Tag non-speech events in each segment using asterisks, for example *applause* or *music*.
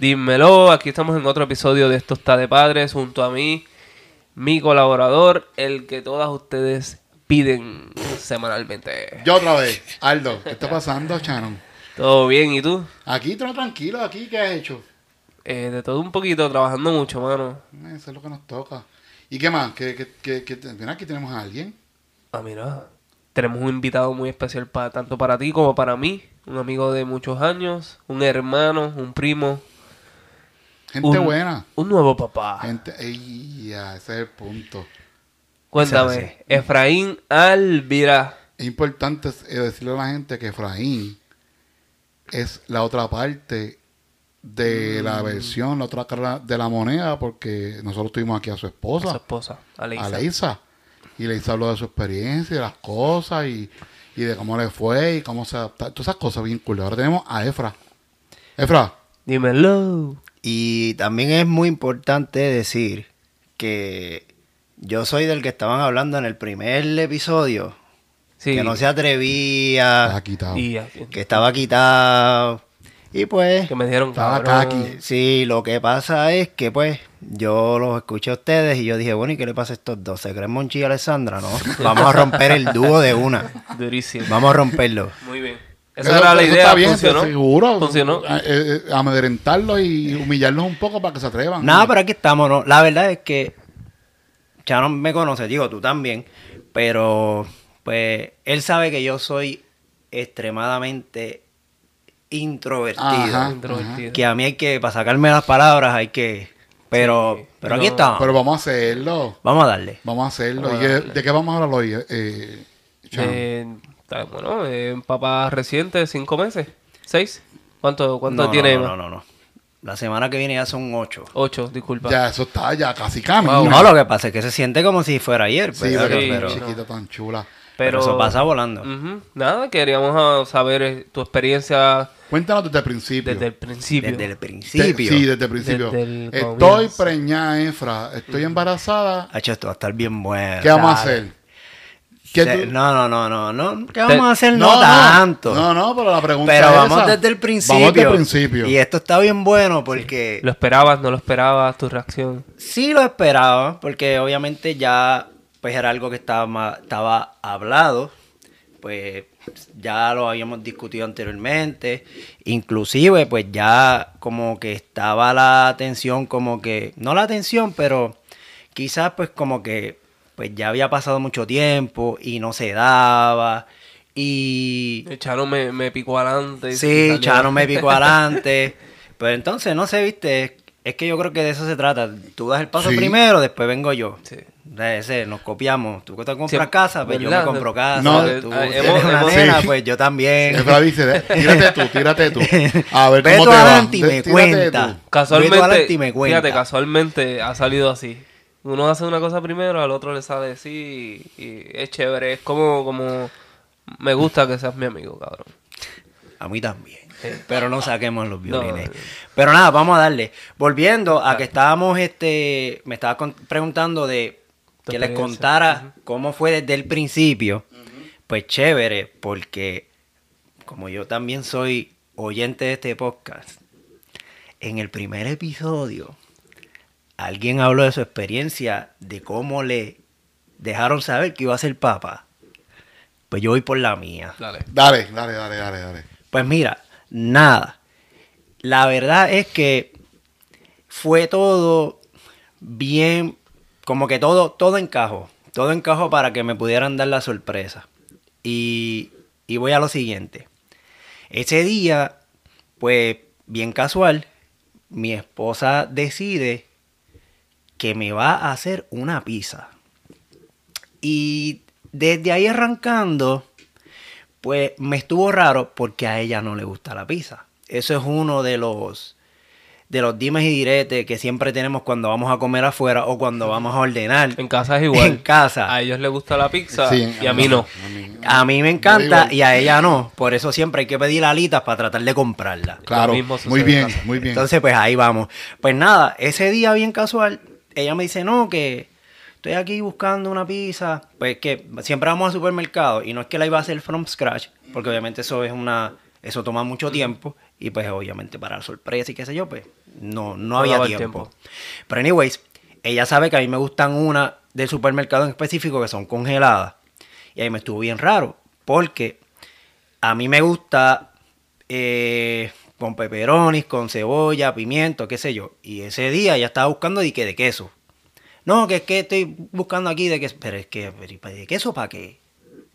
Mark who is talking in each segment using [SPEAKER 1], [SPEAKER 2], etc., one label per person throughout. [SPEAKER 1] Dímelo, aquí estamos en otro episodio de Estos Está de Padres, junto a mí, mi colaborador, el que todas ustedes piden semanalmente.
[SPEAKER 2] Yo otra vez. Aldo, ¿qué está pasando, Shannon?
[SPEAKER 1] ¿Todo bien? ¿Y tú?
[SPEAKER 2] Aquí, tra- tranquilo, aquí, ¿qué has hecho?
[SPEAKER 1] Eh, de todo un poquito, trabajando mucho, mano.
[SPEAKER 2] Eso es lo que nos toca. ¿Y qué más? ¿Qué, qué, qué, qué te- mira, aquí tenemos a alguien.
[SPEAKER 1] Ah, mira. Tenemos un invitado muy especial para tanto para ti como para mí. Un amigo de muchos años, un hermano, un primo.
[SPEAKER 2] Gente
[SPEAKER 1] un-
[SPEAKER 2] buena.
[SPEAKER 1] Un nuevo papá.
[SPEAKER 2] Gente. Ey, ya, ese es el punto.
[SPEAKER 1] Cuéntame, Efraín Alvira.
[SPEAKER 2] Es importante eh, decirle a la gente que Efraín es la otra parte de la versión, la otra cara de la moneda, porque nosotros tuvimos aquí a su
[SPEAKER 1] a su
[SPEAKER 2] esposa,
[SPEAKER 1] esposa, Aleisa.
[SPEAKER 2] a Leisa. Y Leisa habló de su experiencia y de las cosas y, y de cómo le fue y cómo se adapta. Todas esas cosas bien cool. Ahora tenemos a Efra. Efra,
[SPEAKER 1] Dímelo.
[SPEAKER 3] Y también es muy importante decir que yo soy del que estaban hablando en el primer episodio,
[SPEAKER 1] Sí.
[SPEAKER 3] que no se atrevía,
[SPEAKER 2] estás quitado.
[SPEAKER 1] Ah, Y aquí-
[SPEAKER 3] que estaba quitado. Y pues,
[SPEAKER 1] que me dijeron
[SPEAKER 2] Estaba
[SPEAKER 1] cabrón.
[SPEAKER 2] kaki.
[SPEAKER 3] sí, lo que pasa es que pues yo los escuché a ustedes y yo dije, bueno, ¿y qué le pasa a estos dos? ¿Se creen Monchi y
[SPEAKER 1] *laughs*
[SPEAKER 3] Alessandra? No, vamos a romper el dúo de una.
[SPEAKER 1] Durísimo.
[SPEAKER 3] Vamos a romperlo.
[SPEAKER 1] Muy bien. Esa
[SPEAKER 2] Eso-
[SPEAKER 1] era la
[SPEAKER 2] eso
[SPEAKER 1] idea.
[SPEAKER 2] está bien,
[SPEAKER 1] funcionó.
[SPEAKER 2] Seguro.
[SPEAKER 1] Funcionó.
[SPEAKER 2] A- eh, eh, amedrentarlos y humillarlos un poco para que se atrevan.
[SPEAKER 3] Nada, pero aquí estamos, ¿no? La verdad es que Charon me conoce, digo, tú también, pero pues él sabe que yo soy extremadamente introvertido.
[SPEAKER 2] Ajá.
[SPEAKER 1] Introvertido.
[SPEAKER 3] Que a mí hay que, para sacarme las palabras, hay que... Pero,
[SPEAKER 1] Sí,
[SPEAKER 3] pero
[SPEAKER 1] no,
[SPEAKER 3] aquí estamos.
[SPEAKER 2] Pero vamos a hacerlo.
[SPEAKER 3] Vamos a darle.
[SPEAKER 2] Vamos a hacerlo.
[SPEAKER 1] Vamos
[SPEAKER 2] ¿Y
[SPEAKER 1] a
[SPEAKER 2] de,
[SPEAKER 1] darle.
[SPEAKER 2] de qué vamos a hablar hoy? Eh, Chano?
[SPEAKER 1] Eh, está- bueno, eh, un papá reciente de cinco meses. ¿Seis? ¿Cuánto, cuánto
[SPEAKER 3] No, no,
[SPEAKER 1] tiene?
[SPEAKER 3] no,
[SPEAKER 1] Emma?
[SPEAKER 3] no, no, no. La semana que viene ya son ocho.
[SPEAKER 1] Ocho, disculpa.
[SPEAKER 2] ya, eso está, ya casi camina.
[SPEAKER 3] No, lo que pasa es que se siente como si fuera ayer,
[SPEAKER 2] Sí,
[SPEAKER 3] pero,
[SPEAKER 2] pero,
[SPEAKER 1] sí,
[SPEAKER 3] pero-
[SPEAKER 1] sí.
[SPEAKER 2] chiquita tan chula.
[SPEAKER 3] pero eso pasa volando.
[SPEAKER 1] Ujú. Nada, queríamos ah, saber eh, tu experiencia
[SPEAKER 2] Cuéntanos desde el principio.
[SPEAKER 1] desde el principio.
[SPEAKER 3] desde el
[SPEAKER 2] Te-
[SPEAKER 3] principio.
[SPEAKER 2] sí, desde el principio.
[SPEAKER 1] Desde el
[SPEAKER 2] Estoy
[SPEAKER 1] comienzo.
[SPEAKER 2] preñada, Efra. Estoy embarazada.
[SPEAKER 3] Hacho, esto va a estar bien bueno.
[SPEAKER 2] ¿Qué vamos a
[SPEAKER 3] Dale.
[SPEAKER 2] hacer? ¿Qué
[SPEAKER 3] Se-
[SPEAKER 2] tú-
[SPEAKER 3] No, no, no, no, no. ¿Qué
[SPEAKER 1] Te-
[SPEAKER 3] vamos a hacer? No, tanto.
[SPEAKER 2] No, no, pero la pregunta
[SPEAKER 3] pero
[SPEAKER 2] es
[SPEAKER 3] vamos
[SPEAKER 2] esa.
[SPEAKER 3] desde el principio.
[SPEAKER 2] Vamos desde el principio.
[SPEAKER 3] Y esto está bien bueno porque
[SPEAKER 1] ¿Lo esperabas, no lo esperabas, tu reacción?
[SPEAKER 3] sí lo esperaba, porque obviamente ya pues era algo que estaba, ma- estaba hablado, pues ya lo habíamos discutido anteriormente, inclusive pues ya como que estaba la tensión, como que, no la tensión, pero quizás pues como que pues ya había pasado mucho tiempo y no se daba y
[SPEAKER 1] El Chano me, me picó adelante. y
[SPEAKER 3] Sí,
[SPEAKER 1] salió-
[SPEAKER 3] Chano
[SPEAKER 1] *laughs*
[SPEAKER 3] me picó adelante. Pero entonces, no sé, viste, es, es que yo creo que de eso se trata. Tú das el paso
[SPEAKER 2] Sí.
[SPEAKER 3] primero, después vengo yo.
[SPEAKER 1] Sí.
[SPEAKER 3] De ese, nos copiamos. Tú te compras
[SPEAKER 1] Siempre-
[SPEAKER 3] casa, pues yo
[SPEAKER 1] ¿verdad?
[SPEAKER 3] me compro casa.
[SPEAKER 2] No,
[SPEAKER 3] tú
[SPEAKER 1] eh,
[SPEAKER 3] tienes
[SPEAKER 1] hemos-
[SPEAKER 3] una
[SPEAKER 1] hemos-
[SPEAKER 3] nena,
[SPEAKER 2] Sí.
[SPEAKER 3] pues yo también.
[SPEAKER 2] Efra dice, tírate tú, tírate tú. A ver
[SPEAKER 3] *laughs* Ve
[SPEAKER 2] cómo
[SPEAKER 3] tú
[SPEAKER 2] te va.
[SPEAKER 3] adelante y me
[SPEAKER 2] Tírate
[SPEAKER 3] cuenta.
[SPEAKER 2] tú.
[SPEAKER 3] Ve tú
[SPEAKER 1] Casualmente,
[SPEAKER 3] adelante y me cuenta.
[SPEAKER 1] fíjate, casualmente ha salido así. Uno hace una cosa primero, al otro le sale así y, y es chévere. Es como, como, me gusta que seas mi amigo, cabrón.
[SPEAKER 3] A mí también. Pero no saquemos los violines.
[SPEAKER 1] No.
[SPEAKER 3] Pero nada, vamos a darle. Volviendo a que estábamos, este, me estaba con- preguntando de
[SPEAKER 1] Tu
[SPEAKER 3] que les
[SPEAKER 1] experiencia.
[SPEAKER 3] contara cómo fue desde el principio. Pues chévere, porque como yo también soy oyente de este podcast, en el primer episodio alguien habló de su experiencia de cómo le dejaron saber que iba a ser papa. Pues yo voy por la mía.
[SPEAKER 1] Dale.
[SPEAKER 2] Dale, dale, dale, dale, dale.
[SPEAKER 3] Pues mira, nada. La verdad es que fue todo bien, como que todo, todo encajó. Todo encajó para que me pudieran dar la sorpresa. Y, y voy a lo siguiente. Ese día, pues bien casual, mi esposa decide que me va a hacer una pizza. Y desde ahí arrancando, pues me estuvo raro porque a ella no le gusta la pizza. Eso es uno de los de los dimes y diretes que siempre tenemos cuando vamos a comer afuera o cuando vamos a ordenar.
[SPEAKER 1] En casa es igual.
[SPEAKER 3] *laughs* En casa.
[SPEAKER 1] A ellos les gusta la pizza
[SPEAKER 2] Sí,
[SPEAKER 1] y a mí no.
[SPEAKER 3] A mí me encanta
[SPEAKER 2] Yo digo-
[SPEAKER 3] y a ella no. Por eso siempre hay que pedir alitas para tratar de comprarla.
[SPEAKER 2] Claro,
[SPEAKER 1] Lo mismo sucede
[SPEAKER 2] muy
[SPEAKER 1] en
[SPEAKER 2] bien,
[SPEAKER 1] casa.
[SPEAKER 2] *laughs* muy bien.
[SPEAKER 3] Entonces, pues ahí vamos. Pues nada, ese día bien casual, ella me dice, no, que estoy aquí buscando una pizza. Pues que siempre vamos al supermercado y no es que la iba a hacer from scratch, porque obviamente eso es una, eso toma mucho tiempo y pues obviamente para la sorpresa y qué sé yo, pues no, no, había
[SPEAKER 1] daba el
[SPEAKER 3] tiempo.
[SPEAKER 1] tiempo.
[SPEAKER 3] Pero anyways, ella sabe que a mí me gustan una del supermercado en específico que son congeladas. Y ahí me estuvo bien raro, porque a mí me gusta eh, con peperonis, con cebolla, pimiento, qué sé yo. Y ese día ya estaba buscando de que de queso. No, que es que estoy buscando aquí de queso. Pero es que, pero ¿y pa- ¿de queso para qué?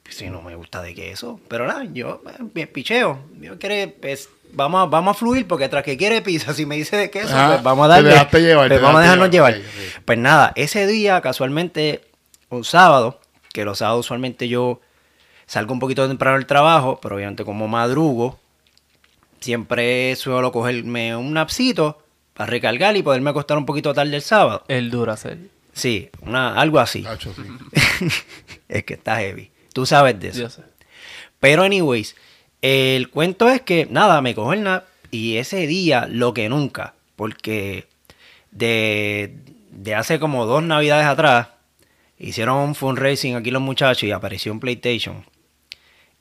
[SPEAKER 3] Si no me gusta de queso. Pero nada, yo eh, me picheo. Yo quiere, pues, vamos, a, vamos a fluir porque tras que quiere pizza, si me dice de queso,
[SPEAKER 2] Ah,
[SPEAKER 3] pues vamos a
[SPEAKER 2] te
[SPEAKER 3] darle.
[SPEAKER 2] dejaste llevar,
[SPEAKER 3] pues
[SPEAKER 2] te
[SPEAKER 3] vamos a
[SPEAKER 2] dejaste
[SPEAKER 3] dejarnos llevar.
[SPEAKER 2] llevar. Ok, ok.
[SPEAKER 3] Pues nada, ese día casualmente, un sábado, que los sábados usualmente yo salgo un poquito temprano del trabajo, pero obviamente como madrugo, siempre suelo cogerme un napsito para recargar y poderme acostar un poquito tarde el sábado.
[SPEAKER 1] El Duracell.
[SPEAKER 3] Sí, una, algo así.
[SPEAKER 2] Cacho, sí.
[SPEAKER 3] *laughs* es que está heavy. Tú sabes de eso.
[SPEAKER 1] Yo sé.
[SPEAKER 3] Pero anyways, el cuento es que nada, me cojo el nap y ese día lo que nunca, porque de, de hace como dos navidades atrás hicieron un fundraising aquí los muchachos y apareció un PlayStation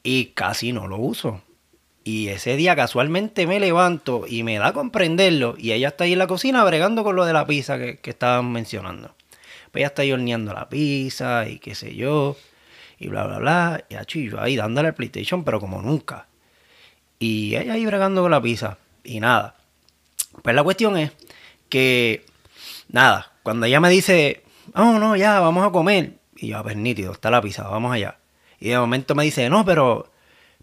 [SPEAKER 3] y casi no lo uso. Y ese día casualmente me levanto y me da a comprenderlo y ella está ahí en la cocina bregando con lo de la pizza que, que estaban mencionando. Pues ella está ahí horneando la pizza y qué sé yo y bla, bla, bla. Y acho, y yo ahí dándole al PlayStation, pero como nunca. Y ella ahí bregando con la pizza. Y nada. Pues la cuestión es que, nada, cuando ella me dice, oh, no, ya, vamos a comer. Y yo, a ver, nítido, está la pizza, vamos allá. Y de momento me dice, no, pero,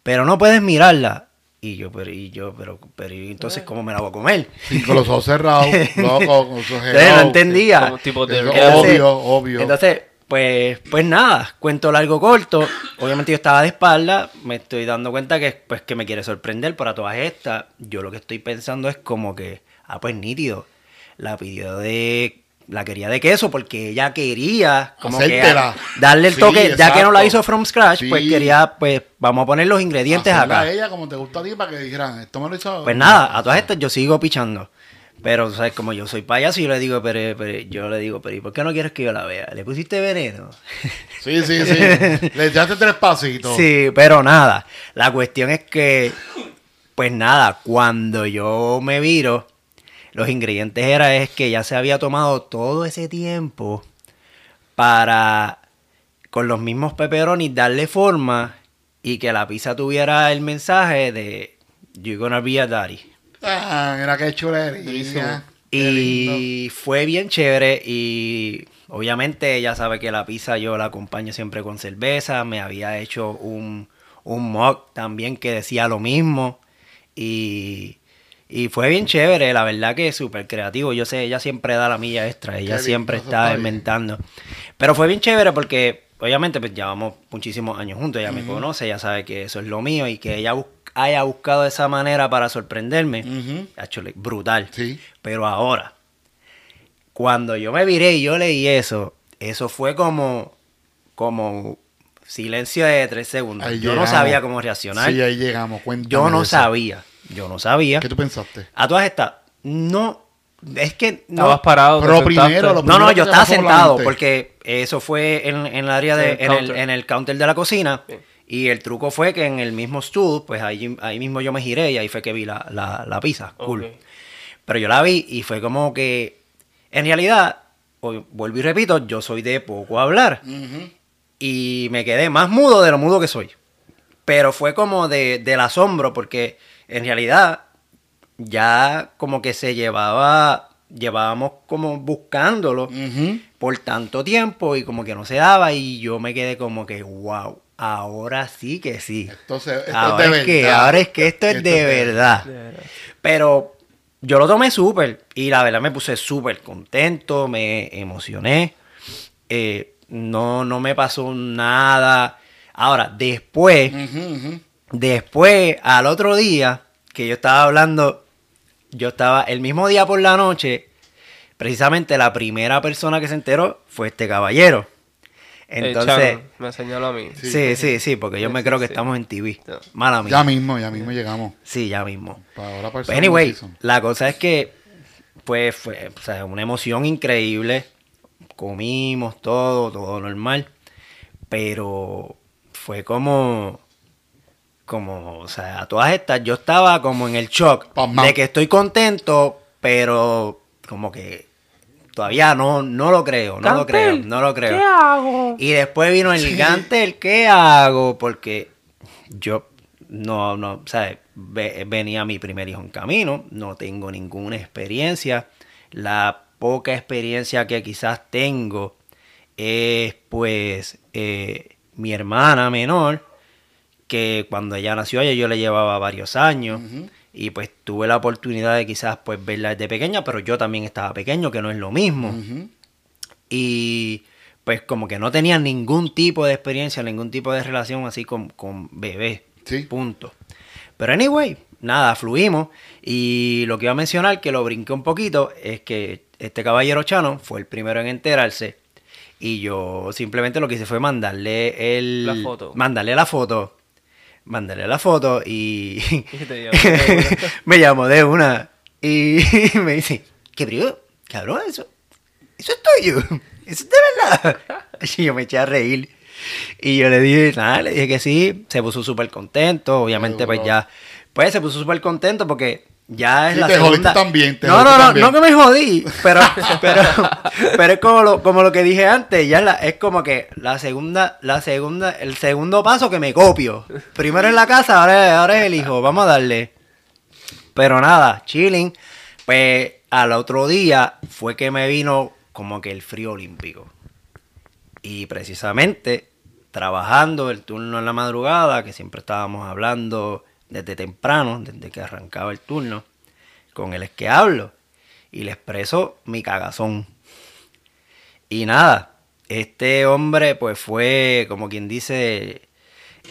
[SPEAKER 3] pero no puedes mirarla. Y yo, pero, y yo, pero, pero, ¿y entonces, ¿cómo me la voy a comer?
[SPEAKER 2] Sí, con los ojos
[SPEAKER 3] *laughs*
[SPEAKER 2] cerrados, loco, con los ojos
[SPEAKER 3] Entonces, no
[SPEAKER 2] cerrados.
[SPEAKER 3] entendía.
[SPEAKER 1] Como tipo de-
[SPEAKER 2] Eso,
[SPEAKER 3] Entonces-
[SPEAKER 2] obvio, obvio.
[SPEAKER 3] Entonces, pues, pues nada, cuento largo corto. Obviamente yo estaba de espalda, me estoy dando cuenta que, pues, que me quiere sorprender para todas estas. Yo lo que estoy pensando es como que, ah, pues nítido, la pidió de... La quería de queso porque ella quería como que
[SPEAKER 2] Hacértela.
[SPEAKER 3] a- darle el
[SPEAKER 2] Sí,
[SPEAKER 3] toque, ya que no la
[SPEAKER 2] exacto.
[SPEAKER 3] hizo from scratch, pues
[SPEAKER 2] Sí.
[SPEAKER 3] quería, pues vamos a poner los ingredientes
[SPEAKER 2] Hacerla
[SPEAKER 3] acá.
[SPEAKER 2] a ella como te gusta a ti para que dijeran, esto me lo hizo.
[SPEAKER 3] Pues nada, a todas estas yo sigo pichando. Pero, ¿sabes? Como yo soy payaso, yo le digo, pero, pero- yo le digo, pero ¿y por qué no quieres que yo la vea? ¿Le pusiste veneno?
[SPEAKER 2] Sí, sí,
[SPEAKER 3] *laughs*
[SPEAKER 2] sí. Le echaste tres pasitos.
[SPEAKER 3] Sí, pero nada. La cuestión es que, pues nada, cuando yo me viro, los ingredientes era es que ya se había tomado todo ese tiempo para con los mismos peperonis darle forma y que la pizza tuviera el mensaje de You're gonna be a daddy.
[SPEAKER 2] Ah, mira qué
[SPEAKER 1] Durísimo.
[SPEAKER 2] chulería. Qué lindo.
[SPEAKER 3] Y fue bien chévere y obviamente ella sabe que la pizza yo la acompaño siempre con cerveza. Me había hecho un, un mock también que decía lo mismo. Y, y fue bien chévere, la verdad que súper creativo. Yo sé, ella siempre da la milla extra, ella
[SPEAKER 2] bien,
[SPEAKER 3] siempre
[SPEAKER 2] eso
[SPEAKER 3] está
[SPEAKER 2] está bien.
[SPEAKER 3] inventando. Pero fue bien chévere porque obviamente pues llevamos muchísimos años juntos, ella me conoce, ella sabe que eso es lo mío y que ella bus- haya buscado esa manera para sorprenderme.
[SPEAKER 2] Ujú.
[SPEAKER 3] Hacho, le- brutal.
[SPEAKER 2] Sí.
[SPEAKER 3] Pero ahora, cuando yo me viré y yo leí eso, eso fue como, como silencio de tres segundos.
[SPEAKER 2] Ahí
[SPEAKER 3] yo
[SPEAKER 2] llegamos.
[SPEAKER 3] no sabía cómo reaccionar.
[SPEAKER 2] Sí, ahí llegamos. Cuéntame
[SPEAKER 3] yo no
[SPEAKER 2] de eso.
[SPEAKER 3] sabía. Yo no sabía. Ah,
[SPEAKER 2] ¿Qué tú pensaste?
[SPEAKER 3] A todas estas, no, es que
[SPEAKER 1] Estabas
[SPEAKER 3] no.
[SPEAKER 1] parado. te
[SPEAKER 2] Pero
[SPEAKER 1] sentaste.
[SPEAKER 2] primero lo-
[SPEAKER 3] No, no,
[SPEAKER 2] primero
[SPEAKER 3] yo
[SPEAKER 2] que
[SPEAKER 3] estaba
[SPEAKER 2] te pasó por la
[SPEAKER 3] sentado
[SPEAKER 2] mente.
[SPEAKER 3] porque eso fue en, en el área de,
[SPEAKER 1] En el
[SPEAKER 3] en, el,
[SPEAKER 1] counter.
[SPEAKER 3] en el counter de la cocina.
[SPEAKER 1] Sí.
[SPEAKER 3] Y el truco fue que en el mismo stool, pues ahí, ahí mismo yo me giré y ahí fue que vi la, la, la pizza. Cool.
[SPEAKER 1] Ok.
[SPEAKER 3] Pero yo la vi y fue como que, en realidad, hoy- vuelvo y repito, yo soy de poco hablar. Y me quedé más mudo de lo mudo que soy. Pero fue como de, del asombro, porque en realidad ya como que se llevaba, llevábamos como buscándolo
[SPEAKER 2] Ujú.
[SPEAKER 3] por tanto tiempo y como que no se daba y yo me quedé como que, wow, ahora sí que sí.
[SPEAKER 2] Esto se- esto es
[SPEAKER 3] ahora
[SPEAKER 2] de
[SPEAKER 3] es que,
[SPEAKER 2] verdad.
[SPEAKER 3] ahora es que esto es
[SPEAKER 2] Esto
[SPEAKER 3] de
[SPEAKER 2] es de
[SPEAKER 3] verdad.
[SPEAKER 1] De verdad.
[SPEAKER 3] Pero yo lo tomé súper y la verdad me puse súper contento, me emocioné. eh, no, no me pasó nada. Ahora, después,
[SPEAKER 2] Ujú, ujú.
[SPEAKER 3] después, al otro día, que yo estaba hablando, yo estaba el mismo día por la noche, precisamente la primera persona que se enteró fue este caballero.
[SPEAKER 1] El
[SPEAKER 3] Entonces,
[SPEAKER 1] Chan Eh, me señaló a mí.
[SPEAKER 2] Sí.
[SPEAKER 3] sí, sí, sí, porque yo
[SPEAKER 1] Sí,
[SPEAKER 3] me
[SPEAKER 1] sí,
[SPEAKER 3] creo que
[SPEAKER 1] sí.
[SPEAKER 3] estamos en TV.
[SPEAKER 1] No.
[SPEAKER 3] Mala mía.
[SPEAKER 2] Ya mismo, ya mismo llegamos.
[SPEAKER 3] Sí, ya mismo.
[SPEAKER 2] Para ahora
[SPEAKER 3] Pues
[SPEAKER 2] para
[SPEAKER 3] anyway, la cosa es que pues fue o sea, una emoción increíble. Comimos todo, todo normal. Pero fue como, como, o sea, a todas estas, yo estaba como en el shock
[SPEAKER 2] Pasmao.
[SPEAKER 3] de que estoy contento, pero como que todavía no, no lo creo, no lo creo, no lo creo.
[SPEAKER 4] ¿Qué hago?
[SPEAKER 3] Y después vino el Gantel, ¿qué hago? Porque yo no, no, ¿sabes? Ve- Venía mi primer hijo en camino, no tengo ninguna experiencia. La poca experiencia que quizás tengo es pues eh, mi hermana menor, que cuando ella nació ella yo le llevaba varios años y pues tuve la oportunidad de quizás pues verla desde pequeña, pero yo también estaba pequeño, que no es lo mismo
[SPEAKER 2] Ujú.
[SPEAKER 3] y pues como que no tenía ningún tipo de experiencia, ningún tipo de relación así con, con bebés.
[SPEAKER 2] Sí.
[SPEAKER 3] Punto. Pero anyway, nada, fluimos. Y lo que iba a mencionar, que lo brinqué un poquito, es que este caballero chano fue el primero en enterarse. Y yo simplemente lo que hice fue mandarle el...
[SPEAKER 1] La foto.
[SPEAKER 3] Mandarle la foto. Mandarle la foto y...
[SPEAKER 1] *laughs* Y te llamó de una.
[SPEAKER 3] *laughs* me llamó de una. Y *laughs* me dice, ¿qué brío? Cabrón, eso, eso es tuyo. Eso es de verdad. *laughs* Y yo me eché a reír. Y yo le dije, nada, le dije que sí. Se puso súper contento. Obviamente, pues
[SPEAKER 2] Seguro.
[SPEAKER 3] ya. Pues se puso súper contento porque ya es
[SPEAKER 2] Sí,
[SPEAKER 3] la
[SPEAKER 2] te
[SPEAKER 3] segunda.
[SPEAKER 2] jodiste también, te
[SPEAKER 3] no, no,
[SPEAKER 2] jodiste
[SPEAKER 3] no,
[SPEAKER 2] también.
[SPEAKER 3] no que me jodí.
[SPEAKER 2] *laughs*
[SPEAKER 3] Pero, pero, pero es como lo, como lo que dije antes. Ya es la- es como que la segunda, la segunda, el segundo paso que me copio. Primero en la casa, ahora, ahora es el hijo. Vamos a darle. Pero nada, chilling. Pues al otro día fue que me vino como que el frío olímpico. Y precisamente trabajando el turno en la madrugada, que siempre estábamos hablando desde temprano, desde que arrancaba el turno, con él es que hablo. Y le expreso mi cagazón. Y nada, este hombre pues fue como quien dice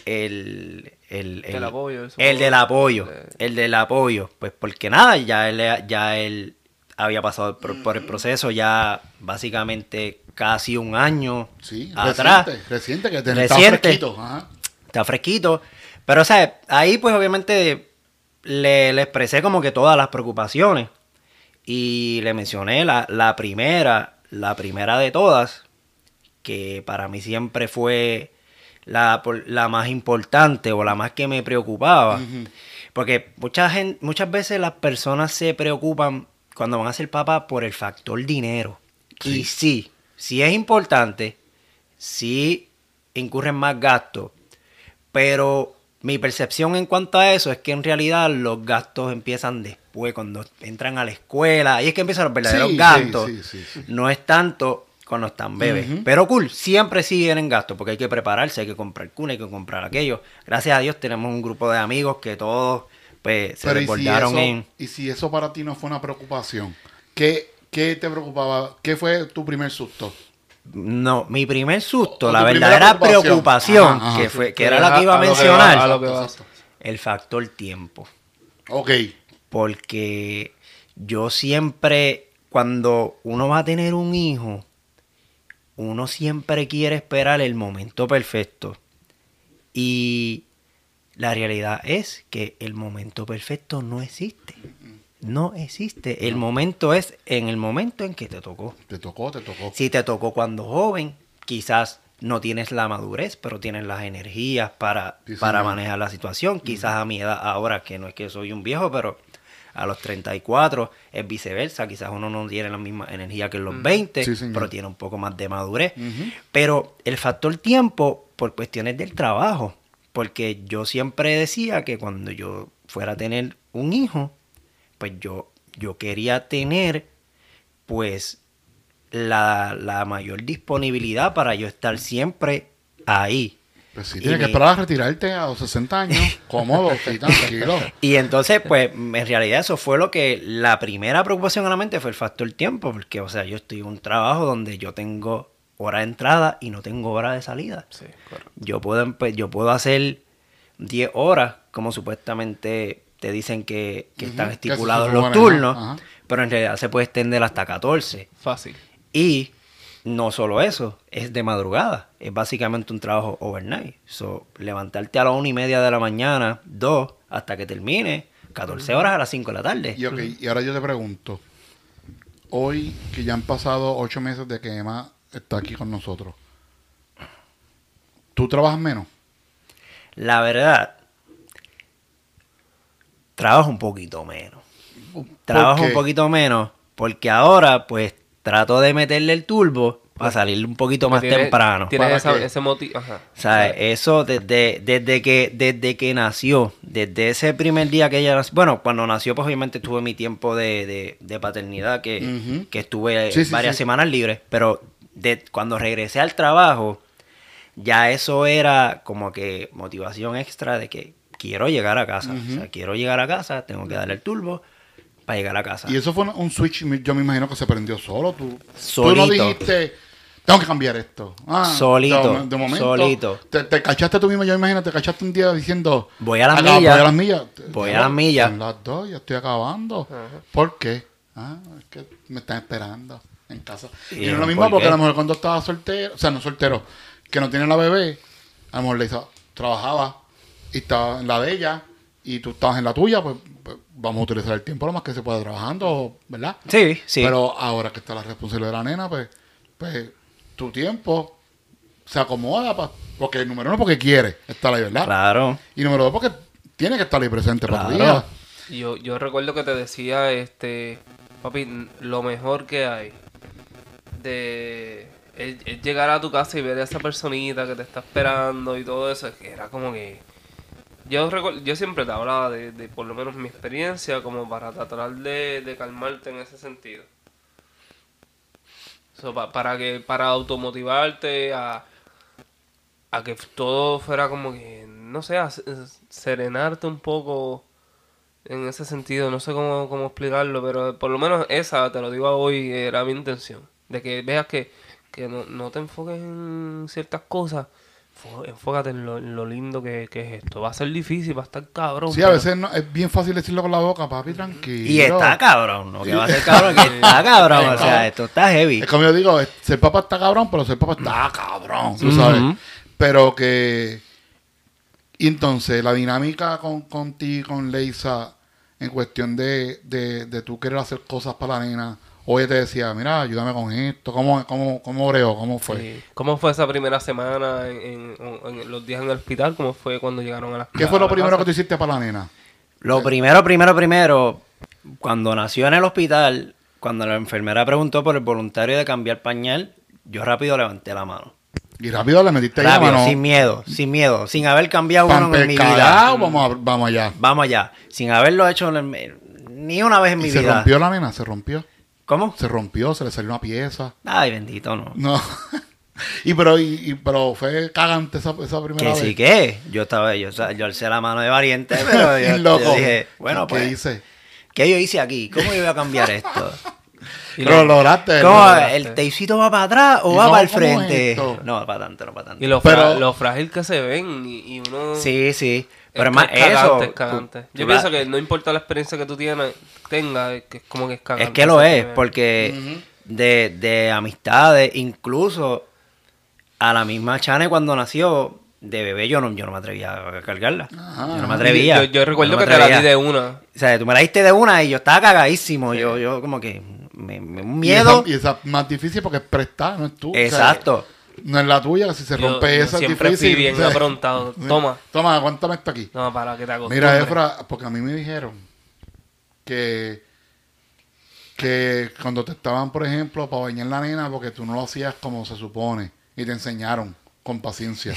[SPEAKER 3] el... El,
[SPEAKER 1] Del
[SPEAKER 3] el-
[SPEAKER 1] apoyo, eso.
[SPEAKER 3] el del apoyo.
[SPEAKER 1] Eh.
[SPEAKER 3] El del apoyo. Pues porque nada, ya él, ya él había pasado por, por
[SPEAKER 2] Mm.
[SPEAKER 3] el proceso ya básicamente casi un año
[SPEAKER 2] Sí,
[SPEAKER 3] atrás.
[SPEAKER 2] reciente, reciente, que te
[SPEAKER 3] Reciente.
[SPEAKER 2] está fresquito. ajá.
[SPEAKER 3] Está fresquito. Pero, o sea, ahí pues obviamente le, le expresé como que todas las preocupaciones. Y le mencioné la, la primera, la primera de todas, que para mí siempre fue la, por- la más importante o la más que me preocupaba. Porque mucha gen- muchas veces las personas se preocupan cuando van a ser papá por el factor dinero. Y sí, sí es importante, sí incurren más gastos, pero mi percepción en cuanto a eso es que en realidad los gastos empiezan después, cuando entran a la escuela, y es que empiezan los verdaderos
[SPEAKER 2] Sí, sí,
[SPEAKER 3] gastos.
[SPEAKER 2] sí, sí, sí.
[SPEAKER 3] No es tanto cuando están bebés.
[SPEAKER 2] Ujú.
[SPEAKER 3] Pero cool, siempre sí vienen gastos, porque hay que prepararse, hay que comprar cuna, hay que comprar aquello. Gracias a Dios tenemos un grupo de amigos que todos pues, se
[SPEAKER 2] Pero ¿y si,
[SPEAKER 3] recordaron
[SPEAKER 2] eso,
[SPEAKER 3] en...
[SPEAKER 2] y si eso para ti no fue una preocupación, ¿qué, qué te preocupaba? ¿Qué fue tu primer susto?
[SPEAKER 3] No, mi primer susto,
[SPEAKER 2] O
[SPEAKER 3] la
[SPEAKER 2] tu primera
[SPEAKER 3] verdadera preocupación,
[SPEAKER 2] preocupación. Ajá, ajá.
[SPEAKER 3] que, fue, que era la que iba a,
[SPEAKER 1] lo que va,
[SPEAKER 3] mencionar,
[SPEAKER 1] a lo que va.
[SPEAKER 2] Exacto, exacto.
[SPEAKER 3] el factor tiempo.
[SPEAKER 2] Ok,
[SPEAKER 3] porque yo siempre, cuando uno va a tener un hijo, uno siempre quiere esperar el momento perfecto. Y la realidad es que el momento perfecto no existe. No existe. El momento es en el momento en que te tocó.
[SPEAKER 2] te tocó, te tocó.
[SPEAKER 3] Si te tocó cuando joven, quizás no tienes la madurez, pero tienes las energías para,
[SPEAKER 2] Sí,
[SPEAKER 3] para
[SPEAKER 2] señor.
[SPEAKER 3] manejar la situación. Quizás a mi edad ahora, que no es que soy un viejo, pero a los 34 es viceversa. Quizás uno no tiene la misma energía que en los 20,
[SPEAKER 2] Sí, señor.
[SPEAKER 3] pero tiene un poco más de madurez.
[SPEAKER 2] Ujú.
[SPEAKER 3] Pero el factor tiempo, por cuestiones del trabajo, porque yo siempre decía que cuando yo fuera a tener un hijo, pues yo, yo quería tener pues la, la mayor disponibilidad para yo estar siempre ahí.
[SPEAKER 2] Pues sí,
[SPEAKER 3] Y
[SPEAKER 2] tienes que
[SPEAKER 3] mi-
[SPEAKER 2] esperar a retirarte a los 60
[SPEAKER 3] *laughs*
[SPEAKER 2] años, cómodo, sí, tranquilo.
[SPEAKER 3] Y entonces, pues, en realidad eso fue lo que la primera preocupación a la mente fue el factor tiempo, porque, o sea, yo estoy en un trabajo donde yo tengo hora de entrada y no tengo hora de salida.
[SPEAKER 1] Sí, correcto.
[SPEAKER 3] Yo puedo, empe- yo puedo hacer 10 horas, como supuestamente te dicen que, que están
[SPEAKER 2] Ujú, que se
[SPEAKER 3] estipulados
[SPEAKER 2] supone,
[SPEAKER 3] los
[SPEAKER 2] ¿no?
[SPEAKER 3] turnos,
[SPEAKER 2] Ajá.
[SPEAKER 3] pero en realidad se puede extender hasta 14.
[SPEAKER 1] Fácil.
[SPEAKER 3] Y no solo eso, es de madrugada. Es básicamente un trabajo overnight. So, levantarte a las una y media de la mañana, dos, hasta que termine, 14 horas a las 5 de la tarde.
[SPEAKER 2] Y, ok, y ahora yo te pregunto, hoy que ya han pasado ocho meses de que Emma está aquí con nosotros, ¿tú trabajas menos?
[SPEAKER 3] La verdad, trabajo un poquito menos. trabajo
[SPEAKER 2] qué?
[SPEAKER 3] un poquito menos, porque ahora pues trato de meterle el turbo para salir un poquito más
[SPEAKER 1] Tienes-
[SPEAKER 3] temprano.
[SPEAKER 1] Tienes
[SPEAKER 2] ¿Para
[SPEAKER 1] esa-
[SPEAKER 2] qué?
[SPEAKER 1] ese motivo. Ajá.
[SPEAKER 3] O sea, eso desde, desde, que, desde que nació, desde ese primer día que ella nació. Bueno, cuando nació, pues obviamente tuve mi tiempo de, de- de paternidad, que,
[SPEAKER 2] Ujú.
[SPEAKER 3] que estuve eh,
[SPEAKER 2] Sí, sí,
[SPEAKER 3] varias
[SPEAKER 2] sí.
[SPEAKER 3] semanas libres, pero de, cuando regresé al trabajo, ya eso era como que motivación extra de que quiero llegar a casa. O sea, quiero llegar a casa, tengo que darle el turbo para llegar a casa.
[SPEAKER 2] Y eso fue un switch, yo me imagino que se prendió solo. Tú, tú
[SPEAKER 3] Solito.
[SPEAKER 2] no dijiste, tengo que cambiar esto. Ah,
[SPEAKER 3] Solito,
[SPEAKER 2] De, de momento.
[SPEAKER 3] solito.
[SPEAKER 2] Te, te cachaste tú mismo, yo me imagino, te cachaste un día diciendo,
[SPEAKER 3] Voy a las
[SPEAKER 2] "Ah, no,
[SPEAKER 3] millas.
[SPEAKER 2] Voy a las millas.
[SPEAKER 3] Voy a las millas.
[SPEAKER 2] Son las dos, ya estoy acabando. ¿Por qué? Ah, es que me están esperando en casa. Y,
[SPEAKER 3] Y
[SPEAKER 2] no es
[SPEAKER 3] no,
[SPEAKER 2] lo mismo
[SPEAKER 3] ¿por
[SPEAKER 2] porque
[SPEAKER 3] qué?
[SPEAKER 2] a lo mejor cuando estaba soltero, o sea, no soltero, que no tiene la bebé, a lo mejor le hizo, trabajaba y estaba en la de ella y tú estabas en la tuya, pues, pues, vamos a utilizar el tiempo lo más que se pueda trabajando, ¿verdad?
[SPEAKER 3] Sí, sí.
[SPEAKER 2] Pero ahora que está la responsabilidad de la nena, pues, pues tu tiempo se acomoda pa- porque número uno porque quiere estar ahí, ¿verdad?
[SPEAKER 3] claro.
[SPEAKER 2] Y número dos porque tiene que estar ahí presente para tu
[SPEAKER 3] Claro.
[SPEAKER 2] día.
[SPEAKER 1] Yo, yo recuerdo que te decía, este, papi, n- lo mejor que hay de es- es llegar a tu casa y ver a esa personita que te está esperando y todo eso, es que era como que... Yo, recuer- yo siempre te hablaba de, de por lo menos mi experiencia como para tratar de, de calmarte en ese sentido. So, pa- para que para automotivarte a, a que todo fuera como que, no sé, a se- serenarte un poco en ese sentido, no sé cómo, cómo explicarlo, pero por lo menos esa, te lo digo hoy, era mi intención. De que veas que, que no, no te enfoques en ciertas cosas, fo- enfócate en lo, en lo lindo que, que es esto. Va a ser difícil, va a estar cabrón.
[SPEAKER 2] Sí, a
[SPEAKER 1] pero-
[SPEAKER 2] veces pues. no- es bien fácil decirlo con la boca, papi, tranquilo.
[SPEAKER 3] Y está cabrón, no que va a ser
[SPEAKER 2] *laughs*
[SPEAKER 3] cabrón, que está cabrón, o sea, esto está heavy.
[SPEAKER 2] Es como yo digo, es- ser papá está cabrón, pero ser papá está cabrón, tú sabes.
[SPEAKER 3] Ujú.
[SPEAKER 2] Pero que. Y entonces, la dinámica con, con ti, con Leisa, en cuestión de, de, de tú querer hacer cosas para la nena. Oye, te decía, mira, ayúdame con esto. ¿Cómo, cómo, cómo oreo? ¿Cómo fue?
[SPEAKER 1] Sí. ¿Cómo fue esa primera semana en, en- en los días en el hospital? ¿Cómo fue cuando llegaron a la
[SPEAKER 2] ¿Qué fue lo primero que tú hiciste para la nena?
[SPEAKER 3] Lo primero, primero, primero, cuando nació en el hospital, cuando la enfermera preguntó por el voluntario de cambiar pañal, yo rápido levanté la mano.
[SPEAKER 2] Y rápido le metiste ahí la
[SPEAKER 3] Rápido,
[SPEAKER 2] mano.
[SPEAKER 3] sin miedo, sin miedo, sin haber cambiado
[SPEAKER 2] pan
[SPEAKER 3] uno en mi vida. Mm,
[SPEAKER 2] pescado, vamos, a- vamos allá.
[SPEAKER 3] Vamos allá, sin haberlo hecho en el- ni una vez en mi
[SPEAKER 2] Y se
[SPEAKER 3] vida.
[SPEAKER 2] rompió la nena, se rompió.
[SPEAKER 3] ¿Cómo?
[SPEAKER 2] Se rompió, se le salió una pieza.
[SPEAKER 3] Ay, bendito, no.
[SPEAKER 2] No. *laughs* y pero y, y- pero fue cagante esa, esa primera
[SPEAKER 3] Que
[SPEAKER 2] vez.
[SPEAKER 3] sí que, yo estaba, yo, yo alcé la mano de valiente, pero yo,
[SPEAKER 2] *laughs* Y
[SPEAKER 3] yo
[SPEAKER 2] loco.
[SPEAKER 3] dije, bueno,
[SPEAKER 2] ¿Qué
[SPEAKER 3] pues,
[SPEAKER 2] hice?
[SPEAKER 3] ¿qué yo hice aquí? ¿Cómo yo voy a
[SPEAKER 2] *laughs*
[SPEAKER 3] cambiar esto?
[SPEAKER 1] Y,
[SPEAKER 2] Pero
[SPEAKER 1] lo-
[SPEAKER 2] lo lograste.
[SPEAKER 3] ¿Cómo?
[SPEAKER 2] lo lograste.
[SPEAKER 3] ¿El teicito va para atrás o
[SPEAKER 2] Y
[SPEAKER 3] va
[SPEAKER 2] no,
[SPEAKER 3] para el
[SPEAKER 2] ¿cómo es
[SPEAKER 3] frente?
[SPEAKER 2] esto?
[SPEAKER 3] No, para tanto, no para tanto.
[SPEAKER 1] y lo, fra-
[SPEAKER 2] Pero-
[SPEAKER 1] lo frágil que se ven y, y uno...
[SPEAKER 3] Sí, sí. Pero
[SPEAKER 1] es
[SPEAKER 3] más
[SPEAKER 1] que es cagante,
[SPEAKER 3] eso.
[SPEAKER 1] es cagante.
[SPEAKER 3] tú-
[SPEAKER 1] Yo
[SPEAKER 3] tú
[SPEAKER 1] pienso
[SPEAKER 3] la-
[SPEAKER 1] que no importa la experiencia que tú tienes, tengas, es que es como que es cagante.
[SPEAKER 3] Es que lo es,
[SPEAKER 1] porque
[SPEAKER 3] porque de, de amistades, incluso a la misma Chane cuando nació, de bebé yo no, yo no me atrevía a cargarla. yo no me atrevía.
[SPEAKER 1] Yo, yo- yo recuerdo
[SPEAKER 3] no me
[SPEAKER 1] que te la di
[SPEAKER 3] atrevía.
[SPEAKER 1] de una.
[SPEAKER 3] O sea, tú me la diste de una y yo estaba cagadísimo. Yo, yo como que me, me- un
[SPEAKER 2] Y esa-
[SPEAKER 3] miedo.
[SPEAKER 2] Y esa, es más difícil porque es prestada, no es tuya.
[SPEAKER 3] Exacto.
[SPEAKER 2] no es la tuya, que si se
[SPEAKER 1] Yo-
[SPEAKER 2] rompe
[SPEAKER 1] yo
[SPEAKER 2] esa
[SPEAKER 1] siempre
[SPEAKER 2] es difícil.
[SPEAKER 1] fui bien
[SPEAKER 2] o sea,
[SPEAKER 1] aprontado.
[SPEAKER 2] *laughs*
[SPEAKER 1] Toma.
[SPEAKER 2] Toma, aguántame esto aquí.
[SPEAKER 1] No, para que te acostumbres.
[SPEAKER 2] Mira, Efra, porque a mí me dijeron que, que cuando te estaban, por ejemplo, para bañar la nena, porque tú no lo hacías como se supone, y te enseñaron con paciencia.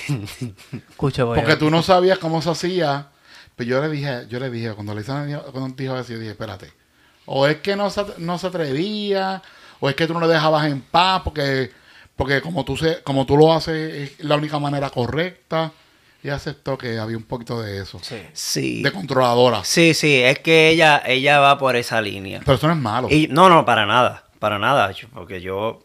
[SPEAKER 1] Escucha, voy
[SPEAKER 2] Porque
[SPEAKER 1] a-
[SPEAKER 2] tú no sabías cómo se hacía. Pero yo le dije, yo le dije, cuando le cuando dijo eso, yo dije, espérate. O es que no se, no se atrevía, o es que tú no le dejabas en paz, porque, porque como tú se, como tú lo haces, es la única manera correcta. Y aceptó que había un poquito de eso.
[SPEAKER 1] Sí.
[SPEAKER 3] Sí.
[SPEAKER 2] De controladora.
[SPEAKER 3] Sí, sí, es que ella, ella va por esa línea.
[SPEAKER 2] Pero eso no es malo.
[SPEAKER 3] Y no, no, para nada, para nada, yo- porque yo